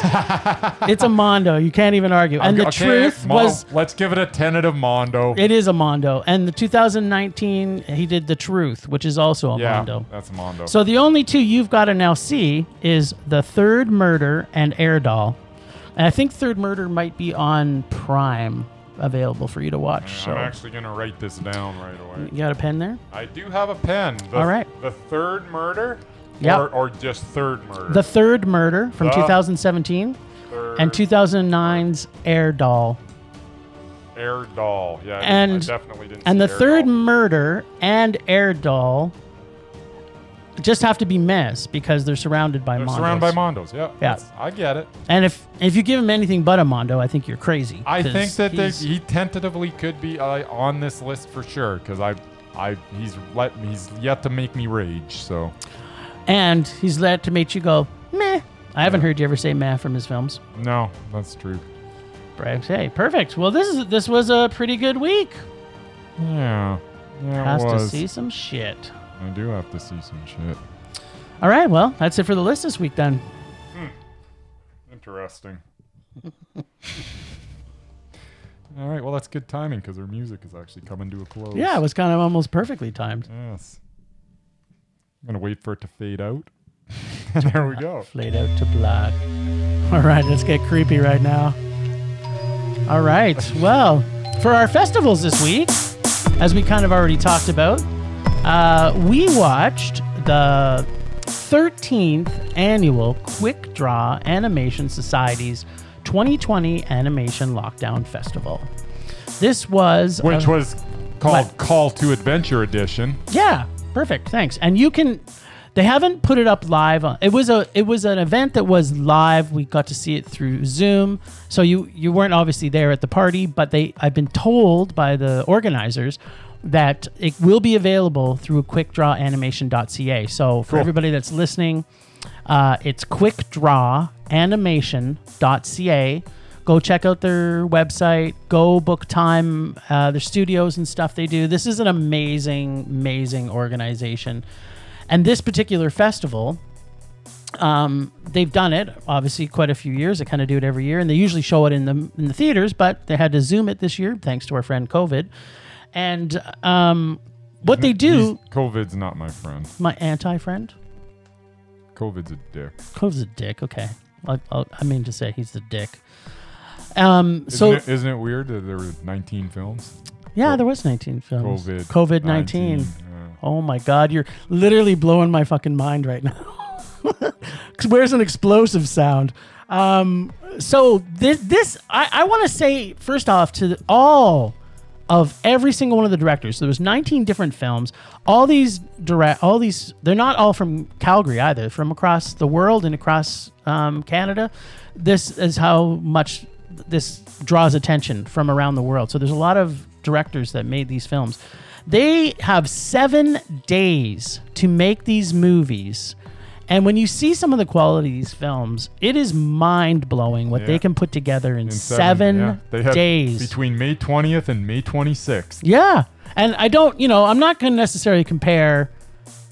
Speaker 2: it's a mondo. You can't even argue. And the
Speaker 1: Okay,
Speaker 2: truth
Speaker 1: Mo-
Speaker 2: was,
Speaker 1: Let's give it a tentative Mondo.
Speaker 2: it is a mondo. And the 2019, he did the truth, which is also a
Speaker 1: yeah,
Speaker 2: mondo.
Speaker 1: that's a Mondo.
Speaker 2: So the only two you've got to now see is the third murder and Air Doll, and I think third murder might be on Prime, available for you to watch.
Speaker 1: I'm
Speaker 2: So
Speaker 1: actually gonna write this down right away.
Speaker 2: you got a pen there?
Speaker 1: I do have a pen. The,
Speaker 2: All right.
Speaker 1: The third murder.
Speaker 2: Yep.
Speaker 1: Or, or just third murder.
Speaker 2: The Third Murder from
Speaker 1: Ah.
Speaker 2: 2017
Speaker 1: third
Speaker 2: and 2009's Air Doll.
Speaker 1: Air doll. Yeah. I-
Speaker 2: And-
Speaker 1: I definitely didn't.
Speaker 2: And
Speaker 1: see
Speaker 2: the
Speaker 1: Air
Speaker 2: Third
Speaker 1: Doll.
Speaker 2: Murder and Air Doll just have to be mess because they're surrounded by
Speaker 1: They're
Speaker 2: Mondos.
Speaker 1: surrounded by Mondos. Yeah.
Speaker 2: Yeah.
Speaker 1: that's- I get it.
Speaker 2: and if if you give him anything but a Mondo, I think you're crazy.
Speaker 1: I
Speaker 2: 'cause
Speaker 1: think that they,
Speaker 2: he's-
Speaker 1: he tentatively could be uh, on this list for sure because I, I he's let he's yet to make me rage. So
Speaker 2: and he's led to make you go meh. I haven't heard you ever say meh from his films.
Speaker 1: no, that's true.
Speaker 2: But hey, perfect. Well, this is this was a pretty good week.
Speaker 1: Yeah. Yeah, it
Speaker 2: Has to
Speaker 1: was.
Speaker 2: see some shit.
Speaker 1: I do have to see some shit.
Speaker 2: All right, well, that's it for the list this week then.
Speaker 1: Interesting. All right, well that's good timing because our music is actually coming to a close.
Speaker 2: Yeah, it was kind of almost perfectly timed.
Speaker 1: Yes. I'm gonna wait for it to fade out. there we go.
Speaker 2: Played out to black. All right, let's get creepy right now. All right, well, for our festivals this week, as we kind of already talked about, uh, we watched the 13th annual Quick Draw Animation Society's 2020 Animation Lockdown Festival. This was
Speaker 1: Which
Speaker 2: a-
Speaker 1: was called
Speaker 2: Um, What?
Speaker 1: Call to Adventure Edition.
Speaker 2: Yeah, perfect. Thanks. And you can they haven't put it up live. On, it was a it was an event that was live. We got to see it through Zoom. So you you weren't obviously there at the party, but they I've been told by the organizers that it will be available through quickdrawanimation.ca. So for
Speaker 1: Cool.
Speaker 2: everybody that's listening, uh, it's quickdrawanimation.ca. Go check out their website. Go book time, uh, their studios and stuff they do. This is an amazing, amazing organization. And this particular festival, um, they've done it obviously quite a few years. They kind of do it every year, and they usually show it in the in the theaters, but they had to Zoom it this year thanks to our friend COVID. And um, What they do,
Speaker 1: He's- COVID's not my friend.
Speaker 2: my anti friend,
Speaker 1: COVID's a dick.
Speaker 2: Cove's a dick. Okay, I, I'll, I mean to say he's the dick. Um.
Speaker 1: Isn't,
Speaker 2: so
Speaker 1: it, isn't it weird that there were 19 films?
Speaker 2: yeah, there was 19 films.
Speaker 1: COVID.
Speaker 2: Um,
Speaker 1: uh,
Speaker 2: COVID 19.
Speaker 1: yeah.
Speaker 2: Oh my God, you're literally blowing my fucking mind right now. 'Cause Where's an explosive sound? Um, so this, this I, I want to say first off to all of every single one of the directors. So there was 19 different films. All these direct, all these they're not all from Calgary either. They're From across the world and across um, Canada, this is how much this draws attention from around the world. So there's a lot of directors that made these films. They have seven days to make these movies. And when you see some of the quality of these films, it is mind blowing what
Speaker 1: Yeah.
Speaker 2: they can put together in,
Speaker 1: In
Speaker 2: seven,
Speaker 1: yeah. They had
Speaker 2: days.
Speaker 1: Between May 20th and May 26th.
Speaker 2: Yeah. And I don't, you know, I'm not going to necessarily compare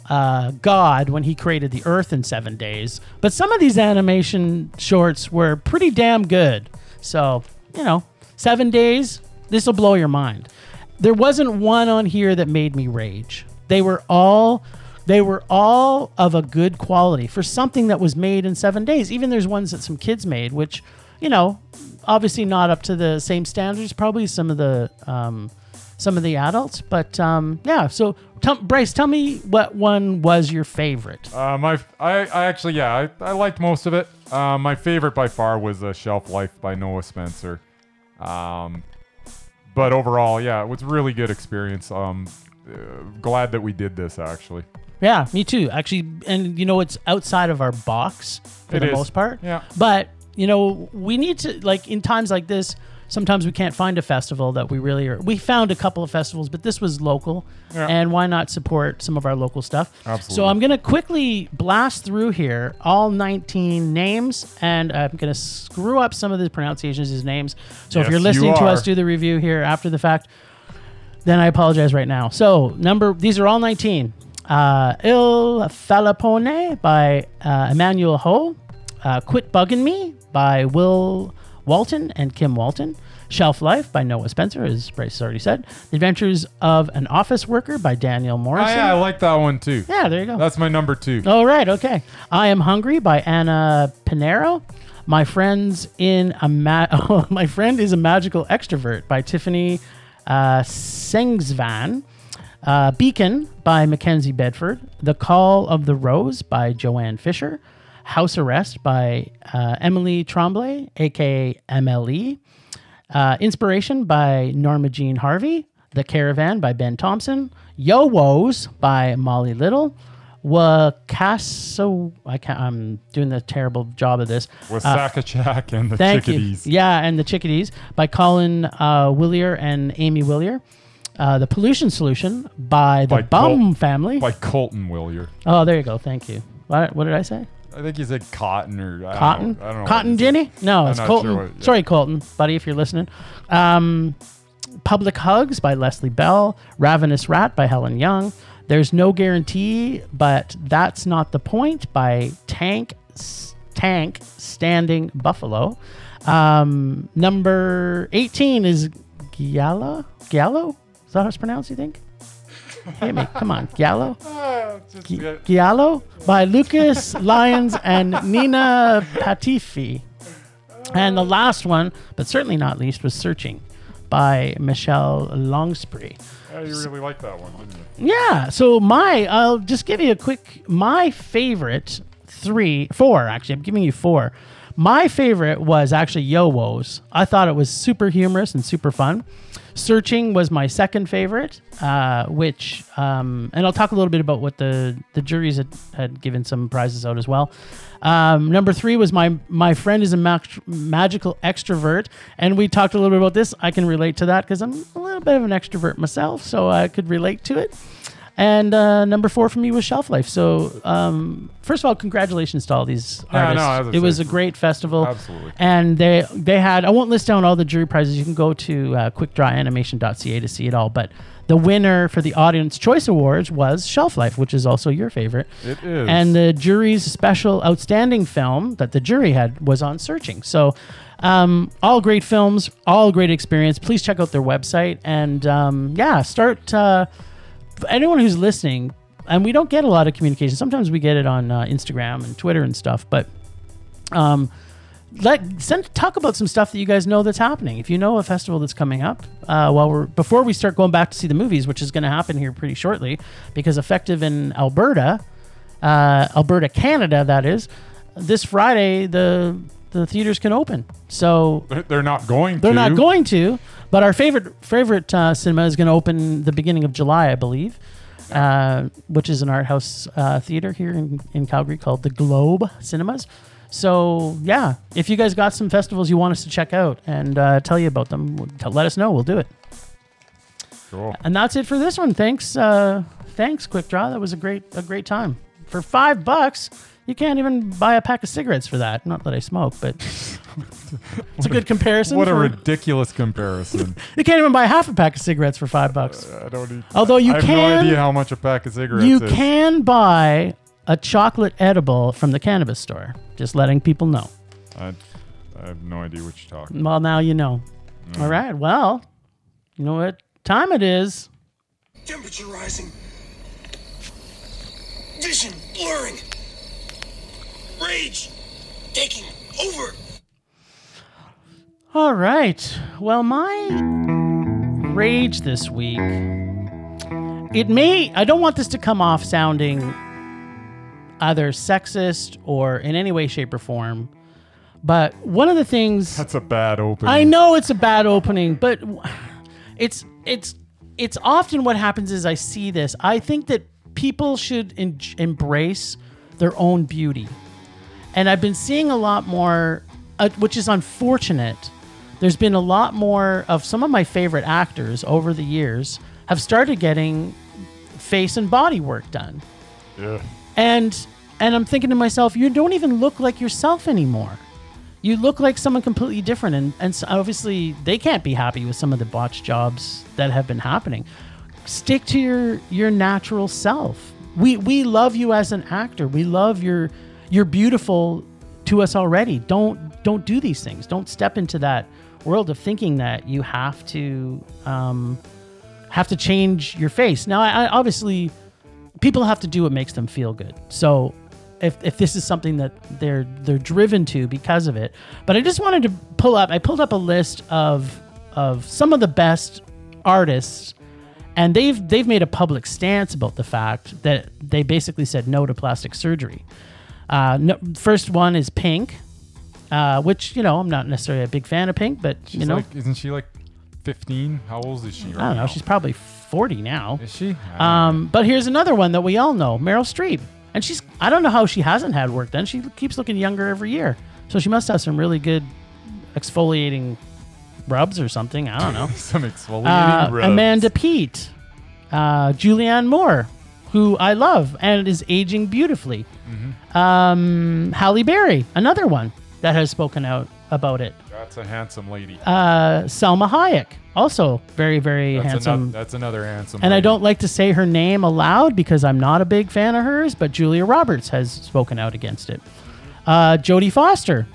Speaker 2: uh, God when he created the earth in seven days, but some of these animation shorts were pretty damn good. So, you know, seven days, this will blow your mind. There wasn't one on here that made me rage. They were all. They were all of a good quality for something that was made in seven days. Even there's ones that some kids made, which, you know, obviously not up to the same standards, probably some of the um, some of the adults. But um, yeah, so tell Bryce, tell me what one was your favorite.
Speaker 1: Uh, my, I, I actually, yeah, I, I liked most of it. Uh, my favorite by far was uh, Shelf Life by Noah Spencer. Um, but overall, yeah, it was a really good experience. Um, uh, glad that we did this, actually.
Speaker 2: Yeah, me too, actually. And you know, it's outside of our box for
Speaker 1: It
Speaker 2: the
Speaker 1: is.
Speaker 2: most part.
Speaker 1: Yeah.
Speaker 2: But you know, we need to like in times like this. Sometimes we can't find a festival that we really are. We found a couple of festivals, but this was local,
Speaker 1: Yeah.
Speaker 2: and why not support some of our local stuff? So
Speaker 1: Absolutely.
Speaker 2: I'm gonna quickly blast through here all 19 names, and I'm gonna screw up some of the pronunciations of these names. So if
Speaker 1: Yes,
Speaker 2: you're
Speaker 1: you
Speaker 2: listening to
Speaker 1: are.
Speaker 2: us do the review here after the fact, then I apologize right now. So number these are all 19. Uh, Il Falapone by uh, Emmanuel Ho. Uh, Quit Bugging Me by Will Walton and Kim Walton. Shelf Life by Noah Spencer, as Bryce has already said. The Adventures of an Office Worker by Daniel
Speaker 1: Oh,
Speaker 2: Morrison.
Speaker 1: yeah, I like that one too.
Speaker 2: Yeah, there you go.
Speaker 1: That's my number two.
Speaker 2: All right, okay. I am hungry by Anna Pinero. My friends in a ma- oh, my friend is a magical extrovert by Tiffany uh, Sengsvan. Uh, Beacon by Mackenzie Bedford. The Call of the Rose by Joanne Fisher. House Arrest by uh, Emily Tremblay, aka MLE. Uh, Inspiration by Norma Jean Harvey. The Caravan by Ben Thompson. Yo Woes by Molly Little. Wakaso, I can't, I'm doing the terrible job of this. Uh,
Speaker 1: With Sakachak and the
Speaker 2: Ah. Thank
Speaker 1: Chickadees.
Speaker 2: you. Yeah, and the Chickadees by Colin uh, Willier and Amy Willier. Uh, the Pollution Solution by the
Speaker 1: By
Speaker 2: Bum
Speaker 1: Col-
Speaker 2: Family.
Speaker 1: By Colton Willier.
Speaker 2: oh, there you go. Thank you. What, what did I say?
Speaker 1: I think he said Cotton or I don't know-
Speaker 2: Cotton?
Speaker 1: I don't know.
Speaker 2: Cotton
Speaker 1: what he said.
Speaker 2: Ginny? No, it's
Speaker 1: not
Speaker 2: Colton.
Speaker 1: sure what- yeah.
Speaker 2: Sorry, Colton, buddy, if you're listening. Um, Public Hugs by Leslie Bell. Ravenous Rat by Helen Young. There's No Guarantee, but That's Not the Point by Tank S- Tank Standing Buffalo. Um, number 18 is Giallo? Giallo? Is that how it's pronounced, you think? Hit me. Come on. Giallo?
Speaker 1: Ah, just- yeah.
Speaker 2: Giallo by Lucas Lyons and Nina Patifi. And the last one, but certainly not least, was Searching by Michelle Longspree.
Speaker 1: Yeah, you really liked that one, didn't you?
Speaker 2: Yeah, so my, I'll just give you a quick, my favorite three, four actually, I'm giving you four. My favorite was actually Yo Wo's. I thought it was super humorous and super fun. Searching was my second favorite, uh, which, um, and I'll talk a little bit about what the the juries had, had given some prizes out as well. Um, number three was my my friend is a mag- magical extrovert, and we talked a little bit about this. I can relate to that because I'm a little bit of an extrovert myself, so I could relate to it. And uh, number four for me was Shelf Life. So, um, first of all, congratulations to all these
Speaker 1: Yeah, I know,
Speaker 2: artists.
Speaker 1: I was gonna
Speaker 2: it was
Speaker 1: say,
Speaker 2: a great festival.
Speaker 1: Absolutely.
Speaker 2: And they they had I won't list down all the jury prizes. You can go to uh, quickdrawanimation.ca to see it all. But the winner for the Audience Choice Awards was Shelf Life, which is also your favorite.
Speaker 1: It is.
Speaker 2: And uh, the jury's special outstanding film that the jury had was on Searching. So, um, all great films, all great experience. Please check out their website and um, yeah, start. Uh, anyone who's listening, and we don't get a lot of communication. Sometimes we get it on uh, Instagram and Twitter and stuff, but um, let send talk about some stuff that you guys know that's happening. If you know a festival that's coming up, uh, while we're before we start going back to see the movies, which is going to happen here pretty shortly, because effective in Alberta, uh, Alberta, Canada, that is, this Friday the the theaters can open. So
Speaker 1: They're- They're not going
Speaker 2: they're
Speaker 1: to.
Speaker 2: not going to, but our favorite favorite uh, cinema is going to open the beginning of July, I believe, uh, which is an art house uh, theater here in, in Calgary called the Globe Cinemas. So yeah, if you guys got some festivals you want us to check out and uh, tell you about them, w- t- let us know. We'll do it.
Speaker 1: Cool.
Speaker 2: And that's it for this one. Thanks, uh, thanks, Quick Draw. That was a great a great time. For five bucks, you can't even buy a pack of cigarettes for that. Not that I smoke, but it's a good comparison.
Speaker 1: What a
Speaker 2: for-
Speaker 1: ridiculous comparison.
Speaker 2: you can't even buy half a pack of cigarettes for five bucks.
Speaker 1: I don't need,
Speaker 2: Although you
Speaker 1: I have
Speaker 2: can-
Speaker 1: no idea how much a pack of Uh, cigarettes
Speaker 2: You
Speaker 1: is.
Speaker 2: can buy a chocolate edible from the cannabis store. Just letting people know.
Speaker 1: I, I have no idea what you're talking.
Speaker 2: Well, now you know.
Speaker 1: Mm.
Speaker 2: All right. Well, you know what time it is.
Speaker 3: Temperature rising. Vision blurring. Rage taking over.
Speaker 2: All right. Well, my rage this week. It may. I don't want this to come off sounding either sexist or in any way, shape, or form. But one of the things
Speaker 1: That's a bad opening.
Speaker 2: I know it's a bad opening, but w- it's it's it's often what happens is I see this. I think that people should en- embrace their own beauty, and I've been seeing a lot more, uh, which is unfortunate. There's been a lot more of some of my favorite actors over the years have started getting face and body work done
Speaker 1: Yeah.
Speaker 2: and and I'm thinking to myself, you don't even look like yourself anymore. You look like someone completely different, and and so obviously they can't be happy with some of the botched jobs that have been happening. Stick to your your natural self. We we love you as an actor. We love your you're beautiful to us already. Don't don't do these things. Don't step into that world of thinking that you have to um, have to change your face. Now, I, I obviously people have to do what makes them feel good. So if, if this is something that they're they're driven to because of it. But I just wanted to pull up I pulled up a list of of some of the best artists and they've they've made a public stance about the fact that they basically said no to plastic surgery. Uh, no, first one is Pink, uh, which you know I'm not necessarily a big fan of Pink, but
Speaker 1: She's
Speaker 2: you know
Speaker 1: like, isn't she like 15? How old is she right
Speaker 2: I don't know
Speaker 1: now?
Speaker 2: she's probably 40 now.
Speaker 1: Is she? I
Speaker 2: Um, but here's another one that we all know, Meryl Streep. And she's I don't know how she hasn't had work done. She keeps looking younger every year. So she must have some really good exfoliating rubs or something. I don't know.
Speaker 1: don't know. Some exfoliating
Speaker 2: Uh,
Speaker 1: rubs.
Speaker 2: Amanda Pete, uh, Julianne Moore, who I love and is aging beautifully.
Speaker 1: Mm-hmm.
Speaker 2: Um, Halle Berry, another one that has spoken out about it.
Speaker 1: That's a handsome lady.
Speaker 2: Uh, Selma Hayek, also very, very
Speaker 1: that's,
Speaker 2: handsome.
Speaker 1: Another, that's another handsome
Speaker 2: And I
Speaker 1: lady.
Speaker 2: don't like to say her name aloud because I'm not a big fan of hers, but Julia Roberts has spoken out against it. Uh, Jodie Foster,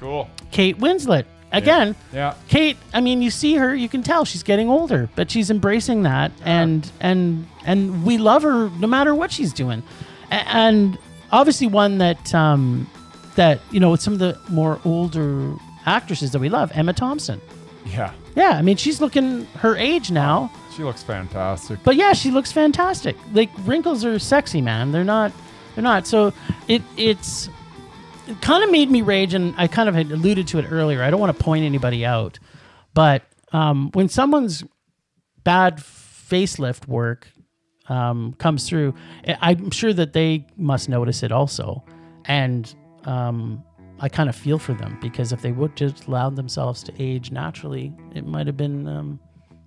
Speaker 1: Cool.
Speaker 2: Kate Winslet. Again,
Speaker 1: Yeah.
Speaker 2: Kate, I mean, you see her, you can tell she's getting older, but she's embracing that, and and and we love her no matter what she's doing. A- And obviously, one that um, that you know, with some of the more older actresses that we love, Emma Thompson.
Speaker 1: Yeah.
Speaker 2: Yeah, I mean, she's looking her age now.
Speaker 1: She looks fantastic.
Speaker 2: But yeah, she looks fantastic. Like wrinkles are sexy, man. They're not. They're not. So it it's it kind of made me rage, and I kind of had alluded to it earlier. I don't want to point anybody out, but um, when someone's bad facelift work um, comes through, I- I'm sure that they must notice it also, and um, I kind of feel for them because if they would just allow themselves to age naturally, it might have been um,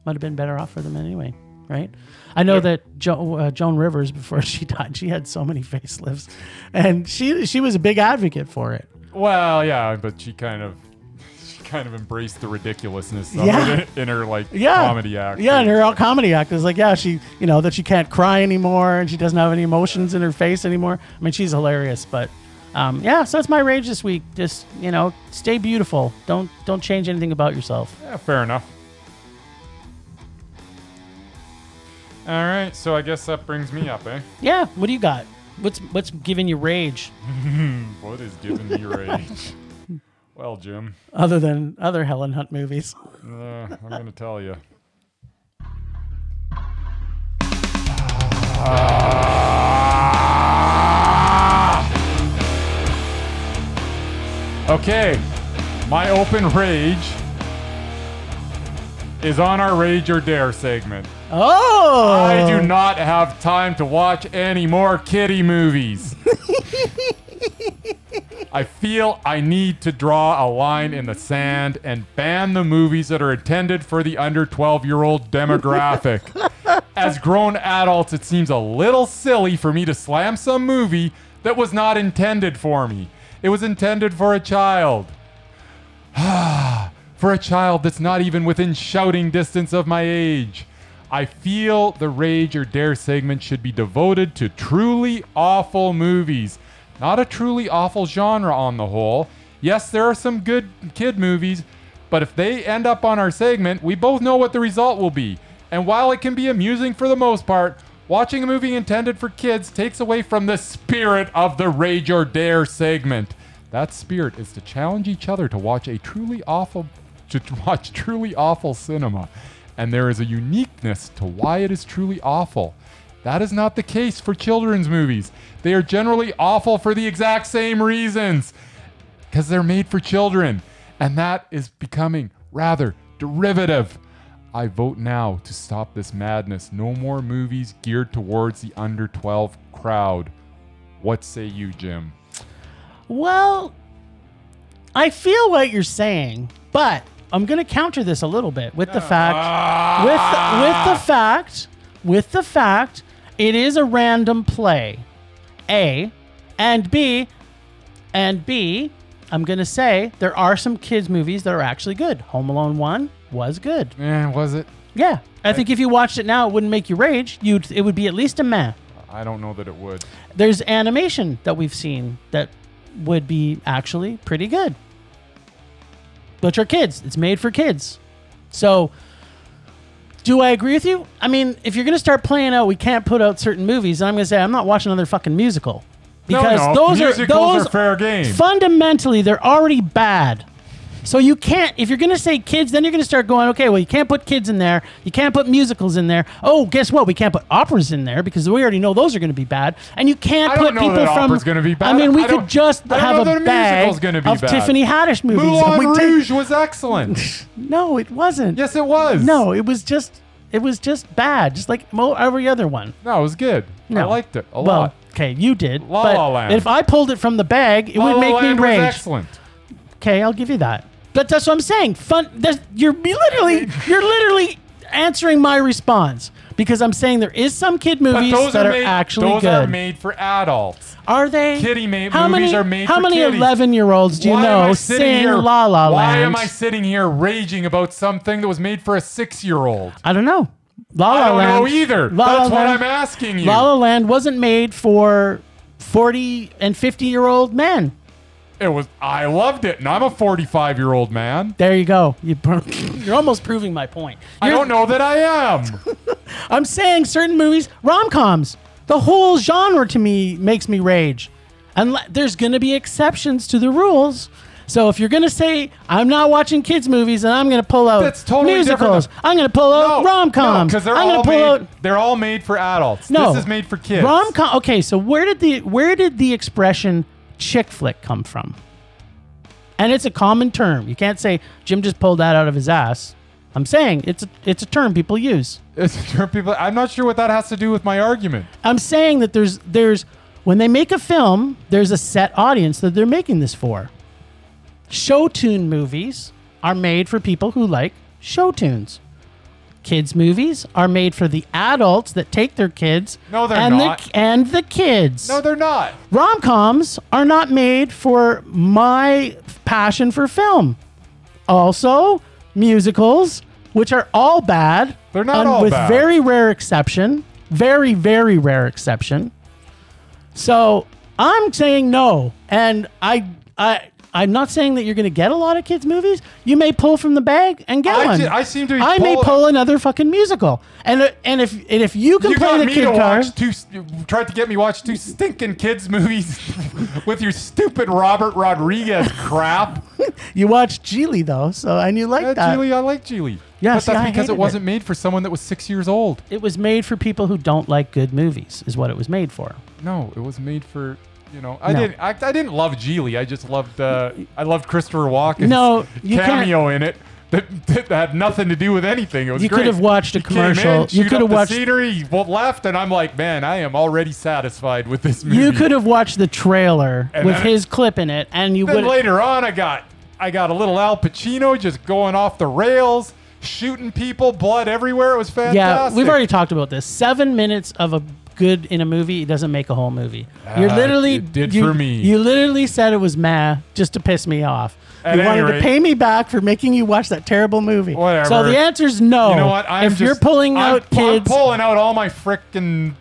Speaker 2: might have been better off for them anyway, right? I know that jo- uh, Joan Rivers before she died, she had so many facelifts, and she she was a big advocate for it.
Speaker 1: Well, yeah, but she kind of she kind of embraced the ridiculousness of
Speaker 2: Yeah.
Speaker 1: it in her like
Speaker 2: yeah.
Speaker 1: comedy act.
Speaker 2: Yeah, and her all comedy act is like, yeah, she, you know, that she can't cry anymore and she doesn't have any emotions in her face anymore. I mean, she's hilarious, but um, yeah, so that's my rage this week. Just you know, stay beautiful. Don't don't change anything about yourself.
Speaker 1: Yeah, fair enough. All right, so I guess that brings me up, eh?
Speaker 2: Yeah. What do you got? What's what's giving you rage
Speaker 1: What is giving me rage? Well, Jim,
Speaker 2: other than other Helen Hunt movies?
Speaker 1: uh, I'm gonna tell you. Okay, my open rage is on our Rage or Dare segment.
Speaker 2: Oh.
Speaker 1: I do not have time to watch any more kitty movies. I feel I need to draw a line in the sand and ban the movies that are intended for the under 12 year old demographic. As grown adults, it seems a little silly for me to slam some movie that was not intended for me. It was intended for a child. for a child that's not even within shouting distance of my age. I feel the Rage or Dare segment should be devoted to truly awful movies. Not a truly awful genre on the whole. Yes, there are some good kid movies, but if they end up on our segment, we both know what the result will be. And while it can be amusing for the most part, watching a movie intended for kids takes away from the spirit of the Rage or Dare segment. That spirit is to challenge each other to watch a truly awful to t- watch truly awful cinema. And there is a uniqueness to why it is truly awful. That is not the case for children's movies. They are generally awful for the exact same reasons because they're made for children. And that is becoming rather derivative. I vote now to stop this madness. No more movies geared towards the under 12 crowd. What say you, Jim?
Speaker 2: Well, I feel what you're saying, but I'm going to counter this a little bit with the fact with with the fact with the fact it is a random play. A and B and B I'm going to say there are some kids movies that are actually good. Home Alone 1 was good.
Speaker 1: Eh, was it?
Speaker 2: Yeah. I think if you watched it now it wouldn't make you rage. You'd it would be at least a meh.
Speaker 1: I don't know that it would.
Speaker 2: There's animation that we've seen that would be actually pretty good. But your kids, it's made for kids. So do I agree with you? I mean, if you're going to start playing out, we can't put out certain movies. And I'm going to say, I'm not watching another fucking musical because
Speaker 1: no, no.
Speaker 2: those are
Speaker 1: Musicals
Speaker 2: those
Speaker 1: are fair game.
Speaker 2: fundamentally they're already bad. So you can't if you're going to say kids, then you're going to start going, okay, well you can't put kids in there, you can't put musicals in there. Oh, guess what? We can't put operas in there because we already know those are going to be bad, and you can't
Speaker 1: I don't
Speaker 2: put
Speaker 1: know
Speaker 2: people
Speaker 1: that
Speaker 2: from.
Speaker 1: opera's gonna be bad.
Speaker 2: I mean, we
Speaker 1: I
Speaker 2: could
Speaker 1: don't-
Speaker 2: just
Speaker 1: I don't know
Speaker 2: have
Speaker 1: that
Speaker 2: a
Speaker 1: a
Speaker 2: bag
Speaker 1: musical's gonna be
Speaker 2: of
Speaker 1: bad.
Speaker 2: Tiffany Haddish movies. and we
Speaker 1: Moulin
Speaker 2: take-
Speaker 1: Rouge was excellent.
Speaker 2: no, it wasn't.
Speaker 1: yes, it was.
Speaker 2: No, it was just it was just bad, just like mo- every other one.
Speaker 1: No, it was good. I
Speaker 2: No.
Speaker 1: liked it a
Speaker 2: well,
Speaker 1: lot.
Speaker 2: Okay, you did.
Speaker 1: La
Speaker 2: but
Speaker 1: La Land.
Speaker 2: If I pulled it from the bag, it
Speaker 1: La
Speaker 2: would
Speaker 1: La
Speaker 2: make
Speaker 1: Land
Speaker 2: me
Speaker 1: was
Speaker 2: rage.
Speaker 1: excellent.
Speaker 2: Okay, I'll give you that. But that's what I'm saying. Fun. There's, you're literally, you're literally answering my response because I'm saying there is some kid
Speaker 1: But
Speaker 2: movies
Speaker 1: those
Speaker 2: that
Speaker 1: are,
Speaker 2: are,
Speaker 1: made,
Speaker 2: actually
Speaker 1: those
Speaker 2: good.
Speaker 1: are made for adults.
Speaker 2: Are they?
Speaker 1: Kitty ma-
Speaker 2: how
Speaker 1: movies
Speaker 2: many,
Speaker 1: are made
Speaker 2: How
Speaker 1: for
Speaker 2: many
Speaker 1: kiddies.
Speaker 2: 11 year olds do you
Speaker 1: Why am
Speaker 2: know
Speaker 1: I sitting
Speaker 2: sing
Speaker 1: here,
Speaker 2: La La Land?
Speaker 1: Why am I sitting here raging about something that was made for a six-year-old?
Speaker 2: I don't know. La La
Speaker 1: I don't
Speaker 2: Land.
Speaker 1: know either.
Speaker 2: La La
Speaker 1: That's what
Speaker 2: Land-
Speaker 1: I'm asking you.
Speaker 2: La La Land wasn't made for 40 and 50 year old men.
Speaker 1: it was. I loved it, and I'm a 45-year-old man.
Speaker 2: There you go. You, pro- you're almost proving my point.
Speaker 1: I
Speaker 2: You're-
Speaker 1: don't know that I am.
Speaker 2: I'm saying certain movies, rom coms, the whole genre to me makes me rage. And le- there's going to be exceptions to the rules. So if you're going to say, I'm not watching kids' movies and I'm going to pull out
Speaker 1: That's totally different
Speaker 2: musicals,
Speaker 1: though.
Speaker 2: I'm going to pull out rom coms,
Speaker 1: because
Speaker 2: I'm
Speaker 1: they're
Speaker 2: going
Speaker 1: all
Speaker 2: to pull
Speaker 1: made.
Speaker 2: out.
Speaker 1: They're all made for adults.
Speaker 2: No,
Speaker 1: this is made for kids.
Speaker 2: Rom com. Okay, so where did the where did the expression chick flick come from? And it's a common term. You can't say Jim just pulled that out of his ass. I'm saying it's a, it's a term people use.
Speaker 1: It's for people. I'm not sure what that has to do with my argument.
Speaker 2: I'm saying that there's there's when they make a film, there's a set audience that they're making this for. Show tune movies are made for people who like show tunes. Kids movies are made for the adults that take their kids.
Speaker 1: No, they're
Speaker 2: and
Speaker 1: not.
Speaker 2: The, and the kids.
Speaker 1: No, they're not.
Speaker 2: Rom coms are not made for my passion for film. Also, musicals, which are all bad.
Speaker 1: They're not
Speaker 2: and
Speaker 1: all
Speaker 2: with
Speaker 1: bad.
Speaker 2: very rare exception. Very, very rare exception. So I'm saying no. And I I I'm not saying that you're going to get a lot of kids' movies. You may pull from the bag and get
Speaker 1: I
Speaker 2: one.
Speaker 1: ju- I seem to be
Speaker 2: I may
Speaker 1: pull-
Speaker 2: pull another fucking musical. And uh, and if and if you can
Speaker 1: You
Speaker 2: play
Speaker 1: got
Speaker 2: the
Speaker 1: me
Speaker 2: kid
Speaker 1: to
Speaker 2: card,
Speaker 1: watch two. You tried to get me to watch two stinking kids movies with your stupid Robert Rodriguez crap.
Speaker 2: you watch Geely though, so and you like
Speaker 1: Uh,
Speaker 2: that.
Speaker 1: Geely, I like Geely.
Speaker 2: Yeah,
Speaker 1: but
Speaker 2: see,
Speaker 1: that's
Speaker 2: I
Speaker 1: because
Speaker 2: hated
Speaker 1: it
Speaker 2: it.
Speaker 1: wasn't made for someone that was six years old.
Speaker 2: It was made for people who don't like good movies, is what it was made for.
Speaker 1: No, it was made for. You know, I
Speaker 2: No.
Speaker 1: didn't. I, I didn't love Geely. I just loved. Uh, I loved Christopher Walken's
Speaker 2: No, you can't-
Speaker 1: cameo in it. That, that had nothing to do with anything. It was
Speaker 2: You could
Speaker 1: great.
Speaker 2: have watched a
Speaker 1: He came in,
Speaker 2: commercial. You
Speaker 1: chewed
Speaker 2: could
Speaker 1: up
Speaker 2: have
Speaker 1: the
Speaker 2: watched-
Speaker 1: scenery. He left, and I'm like, man, I am already satisfied with this movie.
Speaker 2: You could have watched the trailer
Speaker 1: Mm-hmm. And
Speaker 2: with
Speaker 1: then-
Speaker 2: his clip in it, and you
Speaker 1: Then
Speaker 2: would.
Speaker 1: later on, I got I got a little Al Pacino just going off the rails, shooting people, blood everywhere. It was fantastic.
Speaker 2: Yeah, we've already talked about this. Seven minutes of a good in a movie doesn't make a whole movie. You're
Speaker 1: Ah,
Speaker 2: literally
Speaker 1: it did
Speaker 2: you,
Speaker 1: for me.
Speaker 2: You literally said it was meh just to piss me off.
Speaker 1: At
Speaker 2: you
Speaker 1: any
Speaker 2: wanted to
Speaker 1: rate-
Speaker 2: pay me back for making you watch that terrible movie. So
Speaker 1: Whatever.
Speaker 2: the answer's no.
Speaker 1: You know what? I'm
Speaker 2: Oh, if
Speaker 1: just,
Speaker 2: you're pulling
Speaker 1: I'm-
Speaker 2: out
Speaker 1: I'm
Speaker 2: kids,
Speaker 1: pulling out all my frickin'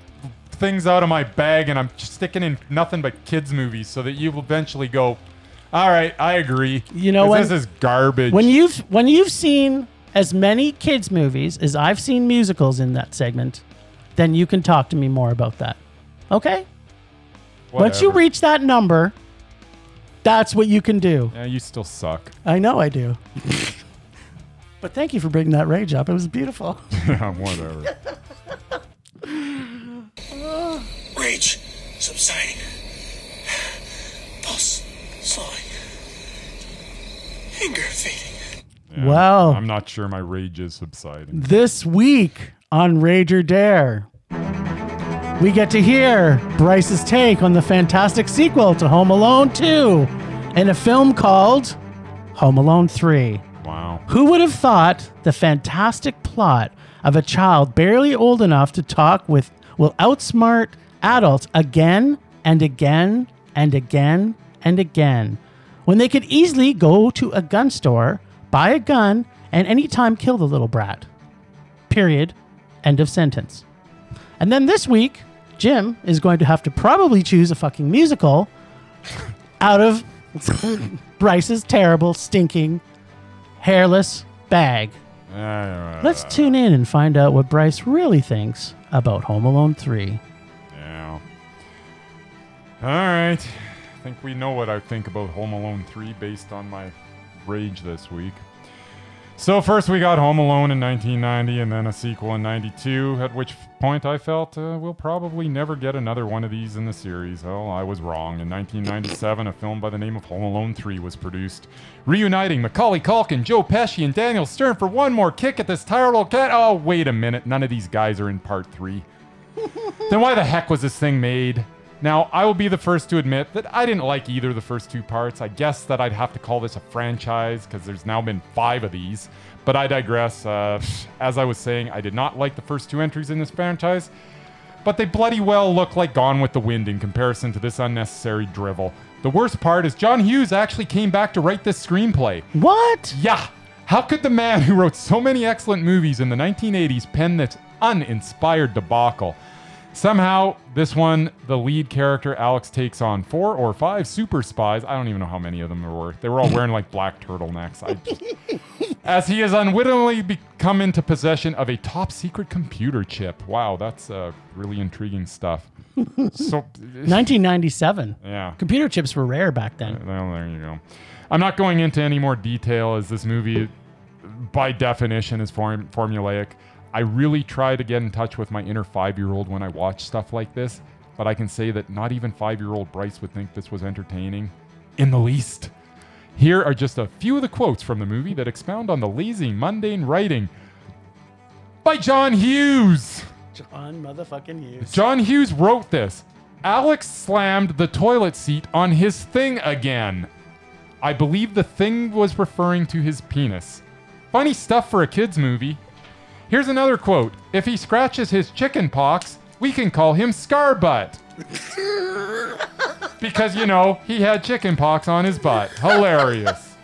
Speaker 1: things out of my bag, and I'm sticking in nothing but kids movies, so that you will eventually go. All right, I agree.
Speaker 2: You know
Speaker 1: 'Cause
Speaker 2: when-
Speaker 1: this is garbage.
Speaker 2: when you've when you've seen as many kids movies as I've seen musicals in that segment, then you can talk to me more about that. Okay? Once you
Speaker 1: Whatever.
Speaker 2: reach that number, that's what you can do.
Speaker 1: yeah, you still suck.
Speaker 2: I know I do. but thank you for bringing that rage up. It was beautiful.
Speaker 1: Yeah, whatever.
Speaker 3: Rage subsiding. Pulse slowing. Anger fading.
Speaker 2: Wow.
Speaker 1: I'm not sure my rage is subsiding.
Speaker 2: This week on Rage or Dare, we get to hear Bryce's take on the fantastic sequel to Home Alone 2 and a film called Home Alone 3.
Speaker 1: Wow.
Speaker 2: Who would have thought the fantastic plot of a child barely old enough to talk with will outsmart adults again and again and again and again when they could easily go to a gun store, buy a gun, and anytime kill the little brat? Period. End of sentence. And then this week, Jim is going to have to probably choose a fucking musical out of Bryce's terrible, stinking, hairless bag.
Speaker 1: Uh,
Speaker 2: Let's tune in and find out what Bryce really thinks about Home Alone 3.
Speaker 1: Yeah. All right. I think we know what I think about Home Alone 3 based on my rage this week. So, first we got Home Alone in 1990 and then a sequel in 92, at which point I felt uh, we'll probably never get another one of these in the series. Well, I was wrong. In 1997, a film by the name of Home Alone 3 was produced, reuniting Macaulay Culkin, Joe Pesci, and Daniel Stern for one more kick at this tired old cat. Oh, wait a minute. None of these guys are in part 3. Then why the heck was this thing made? Now, I will be the first to admit that I didn't like either of the first two parts. I guess that I'd have to call this a franchise because there's now been five of these. But I digress. Uh, as I was saying, I did not like the first two entries in this franchise, but they bloody well look like Gone with the Wind in comparison to this unnecessary drivel. The worst part is John Hughes actually came back to write this screenplay.
Speaker 2: What?
Speaker 1: Yeah. How could the man who wrote so many excellent movies in the 1980s pen this uninspired debacle? Somehow, this one, the lead character Alex takes on four or five super spies. I don't even know how many of them there were. They were all wearing like black turtlenecks. I as he has unwittingly be- come into possession of a top secret computer chip. Wow, that's uh, really intriguing stuff. So,
Speaker 2: 1997.
Speaker 1: yeah.
Speaker 2: Computer chips were rare back then.
Speaker 1: Well, there you go. I'm not going into any more detail as this movie, by definition, is form- formulaic. I really try to get in touch with my inner five year old when I watch stuff like this, but I can say that not even five year old Bryce would think this was entertaining in the least. Here are just a few of the quotes from the movie that expound on the lazy, mundane writing by John Hughes.
Speaker 2: John motherfucking Hughes.
Speaker 1: John Hughes wrote this. Alex slammed the toilet seat on his thing again. I believe the thing was referring to his penis. Funny stuff for a kids movie. Here's another quote. If he scratches his chicken pox, we can call him Scarbutt. because you know, he had chicken pox on his butt. Hilarious.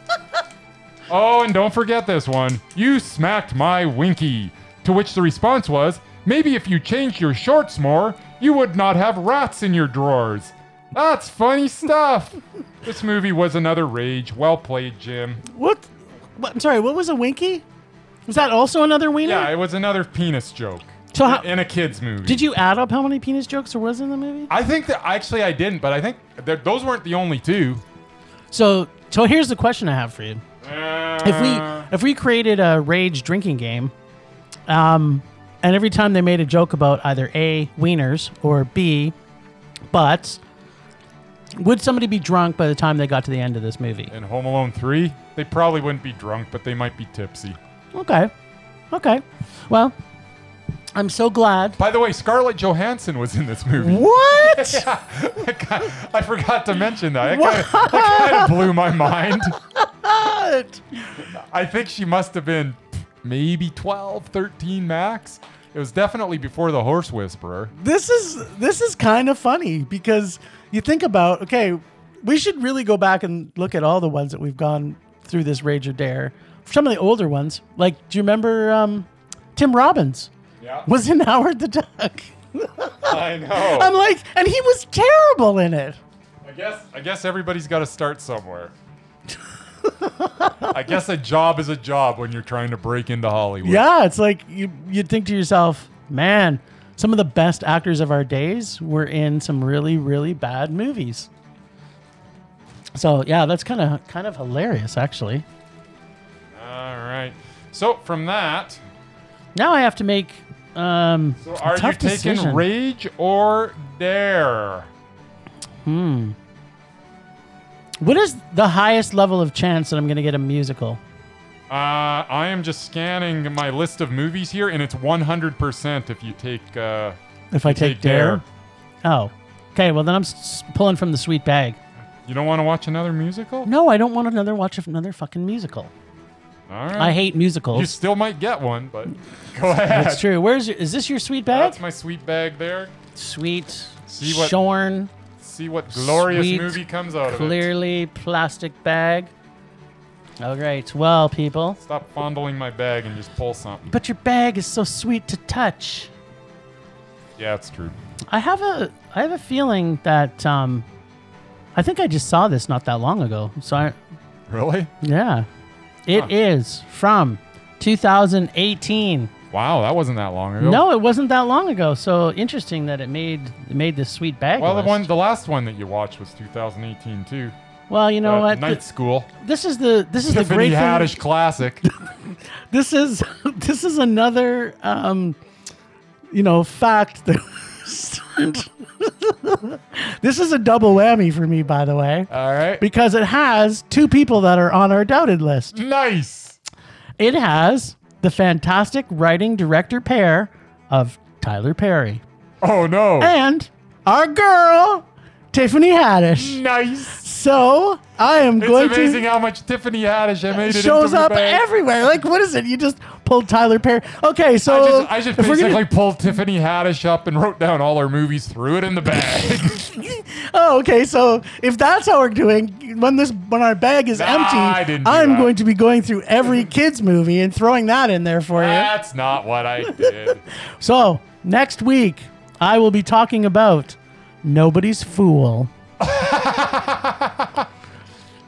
Speaker 1: Oh, and don't forget this one. You smacked my winky. To which the response was, maybe if you changed your shorts more, you would not have rats in your drawers. That's funny stuff. This movie was another rage. Well played, Jim.
Speaker 2: What? what? I'm sorry. What was a winky? Was that also another wiener?
Speaker 1: Yeah, it was another penis joke
Speaker 2: So how-
Speaker 1: in a kids movie.
Speaker 2: Uh, Did you add up how many penis jokes there was in the movie?
Speaker 1: I think that actually I didn't, but I think that those weren't the only two.
Speaker 2: So, so here's the question I have for you. If
Speaker 1: Uh.
Speaker 2: we if we created a rage drinking game, um, and every time they made a joke about either a wieners or b butts, would somebody be drunk by the time they got to the end of this movie?
Speaker 1: in Home Alone 3, they probably wouldn't be drunk, but they might be tipsy.
Speaker 2: Okay, okay. Well, I'm so glad.
Speaker 1: By the way, Scarlett Johansson was in this movie.
Speaker 2: What?
Speaker 1: I forgot to mention that. It kinda- That kind of blew my mind. I think she must have been maybe 12, 13 max. It was definitely before the horse whisperer.
Speaker 2: this is this is kind of funny because you think about okay, we should really go back and look at all the ones that we've gone through this Rage or Dare. Some of the older ones, like do you remember um, Tim Robbins
Speaker 1: Yeah.
Speaker 2: was in Howard the Duck?
Speaker 1: I know.
Speaker 2: I'm like, and he was terrible in it.
Speaker 1: I guess I guess everybody's got to start somewhere. I guess a job is a job when you're trying to break into Hollywood.
Speaker 2: Yeah, it's like you you'd think to yourself, man, some of the best actors of our days were in some really really bad movies. So yeah, that's kind of kind of hilarious actually.
Speaker 1: All right. So from that,
Speaker 2: Now I have to make um
Speaker 1: so are you
Speaker 2: tough
Speaker 1: taking
Speaker 2: decision.
Speaker 1: rage or dare?
Speaker 2: what is the highest level of chance that I'm going to get a musical?
Speaker 1: Uh, I am just scanning my list of movies here, and it's 100% if you take uh,
Speaker 2: If I take,
Speaker 1: take
Speaker 2: Dare.
Speaker 1: dare.
Speaker 2: Oh. Okay, well then I'm s- pulling from the sweet bag.
Speaker 1: You don't want to watch another musical?
Speaker 2: No, I don't want another watch of another fucking musical.
Speaker 1: All right.
Speaker 2: I hate
Speaker 1: Mm. you
Speaker 2: musicals.
Speaker 1: still might get one, but go ahead.
Speaker 2: That's true. Where's your, is this your sweet bag?
Speaker 1: That's my sweet bag there.
Speaker 2: sweet,
Speaker 1: See what-
Speaker 2: shorn,
Speaker 1: See what glorious
Speaker 2: Sweet,
Speaker 1: movie comes out of it.
Speaker 2: clearly plastic bag. All right, well, people,
Speaker 1: Stop fondling my bag and just pull something.
Speaker 2: but your bag is so sweet to touch.
Speaker 1: Yeah, it's true.
Speaker 2: I have a I have a feeling that um, I think I just saw this not that long ago. So I,
Speaker 1: Really?
Speaker 2: yeah, it is
Speaker 1: Huh.
Speaker 2: from 2018.
Speaker 1: Wow, that wasn't that long ago.
Speaker 2: No, it wasn't that long ago. So interesting that it made it made this sweet bag.
Speaker 1: Well, the
Speaker 2: list.
Speaker 1: one, the last one that you watched was 2018 too.
Speaker 2: well, you know
Speaker 1: Uh,
Speaker 2: what?
Speaker 1: Night School.
Speaker 2: this is the this is Oh, the
Speaker 1: Tiffany
Speaker 2: great thing-
Speaker 1: Haddish classic.
Speaker 2: this is this is another um you know fact that this is a double whammy for me by the way
Speaker 1: All right.
Speaker 2: because it has two people that are on our doubted list
Speaker 1: nice.
Speaker 2: it has the fantastic writing director pair of tyler perry
Speaker 1: Oh no.
Speaker 2: and our girl tiffany haddish
Speaker 1: nice.
Speaker 2: so i am
Speaker 1: It's
Speaker 2: going to
Speaker 1: amazing how much Tiffany Haddish I made it
Speaker 2: shows
Speaker 1: into my
Speaker 2: up
Speaker 1: bag.
Speaker 2: everywhere like what is it you just pulled tyler perry okay so
Speaker 1: I just, I just
Speaker 2: if we're
Speaker 1: basically
Speaker 2: gonna-
Speaker 1: pulled Tiffany Haddish up and wrote down all her movies, threw it in the bag.
Speaker 2: Oh, okay. So if that's how we're doing, when this when our bag is
Speaker 1: Nah,
Speaker 2: empty,
Speaker 1: I didn't do
Speaker 2: am
Speaker 1: that.
Speaker 2: going to be going through every kids movie and throwing that in there for you.
Speaker 1: That's not what I did.
Speaker 2: So next week, I will be talking about nobody's fool,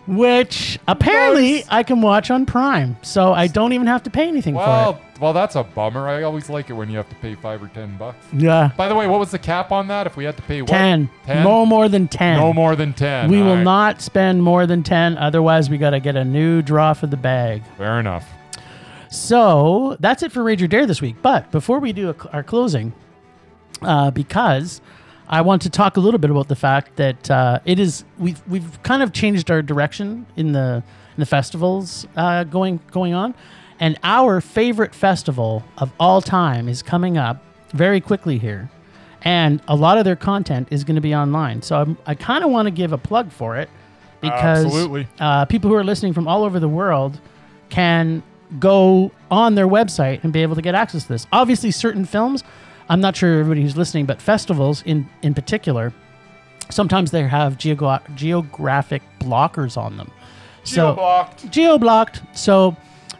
Speaker 2: which apparently
Speaker 1: Nice.
Speaker 2: I can watch on Prime, so I don't even have to pay anything
Speaker 1: Well, well, that's a bummer. I always like it when you have to pay five or ten bucks.
Speaker 2: for it. Yeah,
Speaker 1: By the way, what was the cap on that? If we had to pay what?
Speaker 2: ten,
Speaker 1: Ten?
Speaker 2: no more than ten.
Speaker 1: No more than ten.
Speaker 2: We
Speaker 1: All
Speaker 2: will
Speaker 1: right.
Speaker 2: not spend more than ten. Otherwise, we got to get a new draw for the bag.
Speaker 1: Fair enough.
Speaker 2: So that's it for Rage or Dare this week. But before we do a, our closing, uh, because I want to talk a little bit about the fact that uh, it is we've we've kind of changed our direction in the in the festivals uh, going going on, and our favorite festival of all time is coming up very quickly here, and a lot of their content is going to be online. So I'm, I kind of want to give a plug for it because
Speaker 1: Absolutely.
Speaker 2: uh, people who are listening from all over the world can go on their website and be able to get access to this. Obviously, certain films, I'm not sure everybody who's listening, but festivals in, in particular, sometimes they have geogra- geographic blockers on them. So,
Speaker 1: blocked.
Speaker 2: geo blocked. So,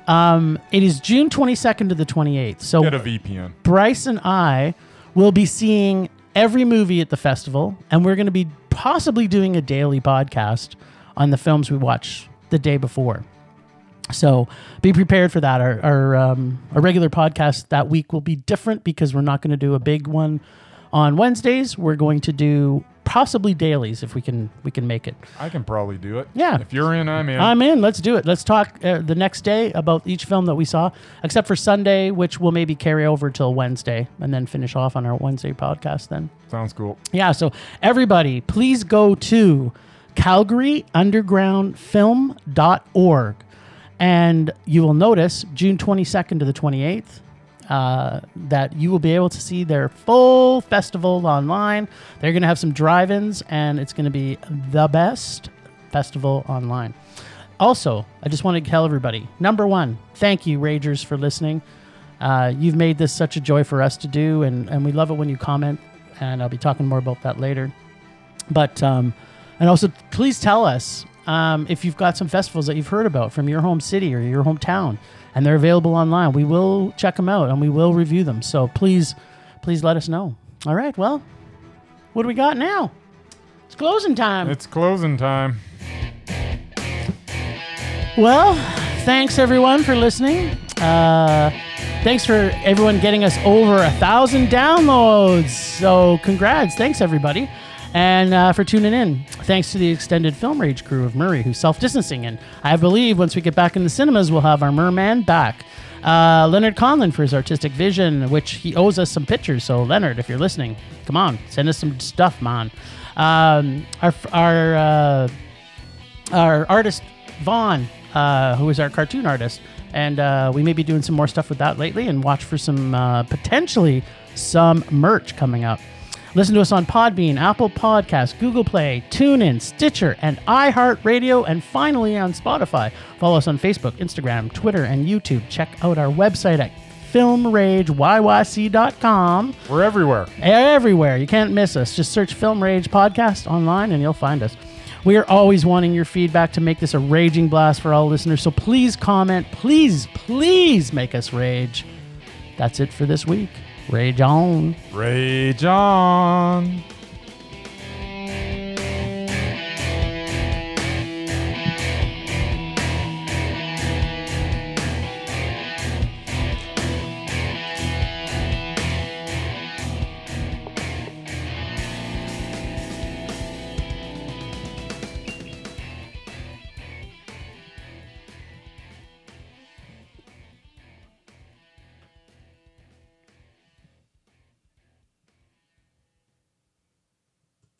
Speaker 2: um, it is June 22nd to the 28th. So,
Speaker 1: Get a VPN.
Speaker 2: Bryce and I will be seeing every movie at the festival, and we're going to be possibly doing a daily podcast on the films we watch the day before. So be prepared for that. Our our, um, our regular podcast that week will be different because we're not going to do a big one on Wednesdays. We're going to do possibly dailies if we can we can make it.
Speaker 1: I can probably do it.
Speaker 2: Yeah.
Speaker 1: If you're in, I'm in.
Speaker 2: I'm in. Let's do it. Let's talk uh, the next day about each film that we saw, except for Sunday, which will maybe carry over till Wednesday, and then finish off on our Wednesday podcast. Then
Speaker 1: Sounds cool.
Speaker 2: yeah, so everybody, please go to calgaryundergroundfilm.org. And you will notice June 22nd to the 28th uh, that you will be able to see their full festival online. They're going to have some drive ins, and it's going to be the best festival online. Also, I just want to tell everybody number one, thank you, Ragers, for listening. Uh, you've made this such a joy for us to do, and, and we love it when you comment. And I'll be talking more about that later. But um, and also, please tell us um, if you've got some festivals that you've heard about from your home city or your hometown, and they're available online. We will check them out and we will review them. So please, please let us know. All right. Well, what do we got now? It's closing time.
Speaker 1: It's closing time.
Speaker 2: Well, thanks everyone for listening. Uh, thanks for everyone getting us over a thousand downloads. So, congrats. Thanks everybody. And uh, for tuning in. Thanks to the extended film rage crew of Murray, who's self distancing. And I believe once we get back in the cinemas, we'll have our merman back. Uh, Leonard Conlon for his artistic vision, which he owes us some pictures. So, Leonard, if you're listening, come on, send us some stuff, man. Um, our, our, uh, our artist Vaughn, uh, who is our cartoon artist, and uh, we may be doing some more stuff with that lately. And watch for some uh, potentially some merch coming up. Listen to us on Podbean, Apple Podcasts, Google Play, TuneIn, Stitcher, and iHeartRadio, and finally on Spotify. Follow us on Facebook, Instagram, Twitter, and YouTube. Check out our website at filmrageyyc.com
Speaker 1: We're everywhere.
Speaker 2: E- everywhere. You can't miss us. Just search Film Rage Podcast online and you'll find us. We are always wanting your feedback to make this a raging blast for all listeners. So please comment. Please, please make us rage. That's it for this week. Rage on.
Speaker 1: Rage on.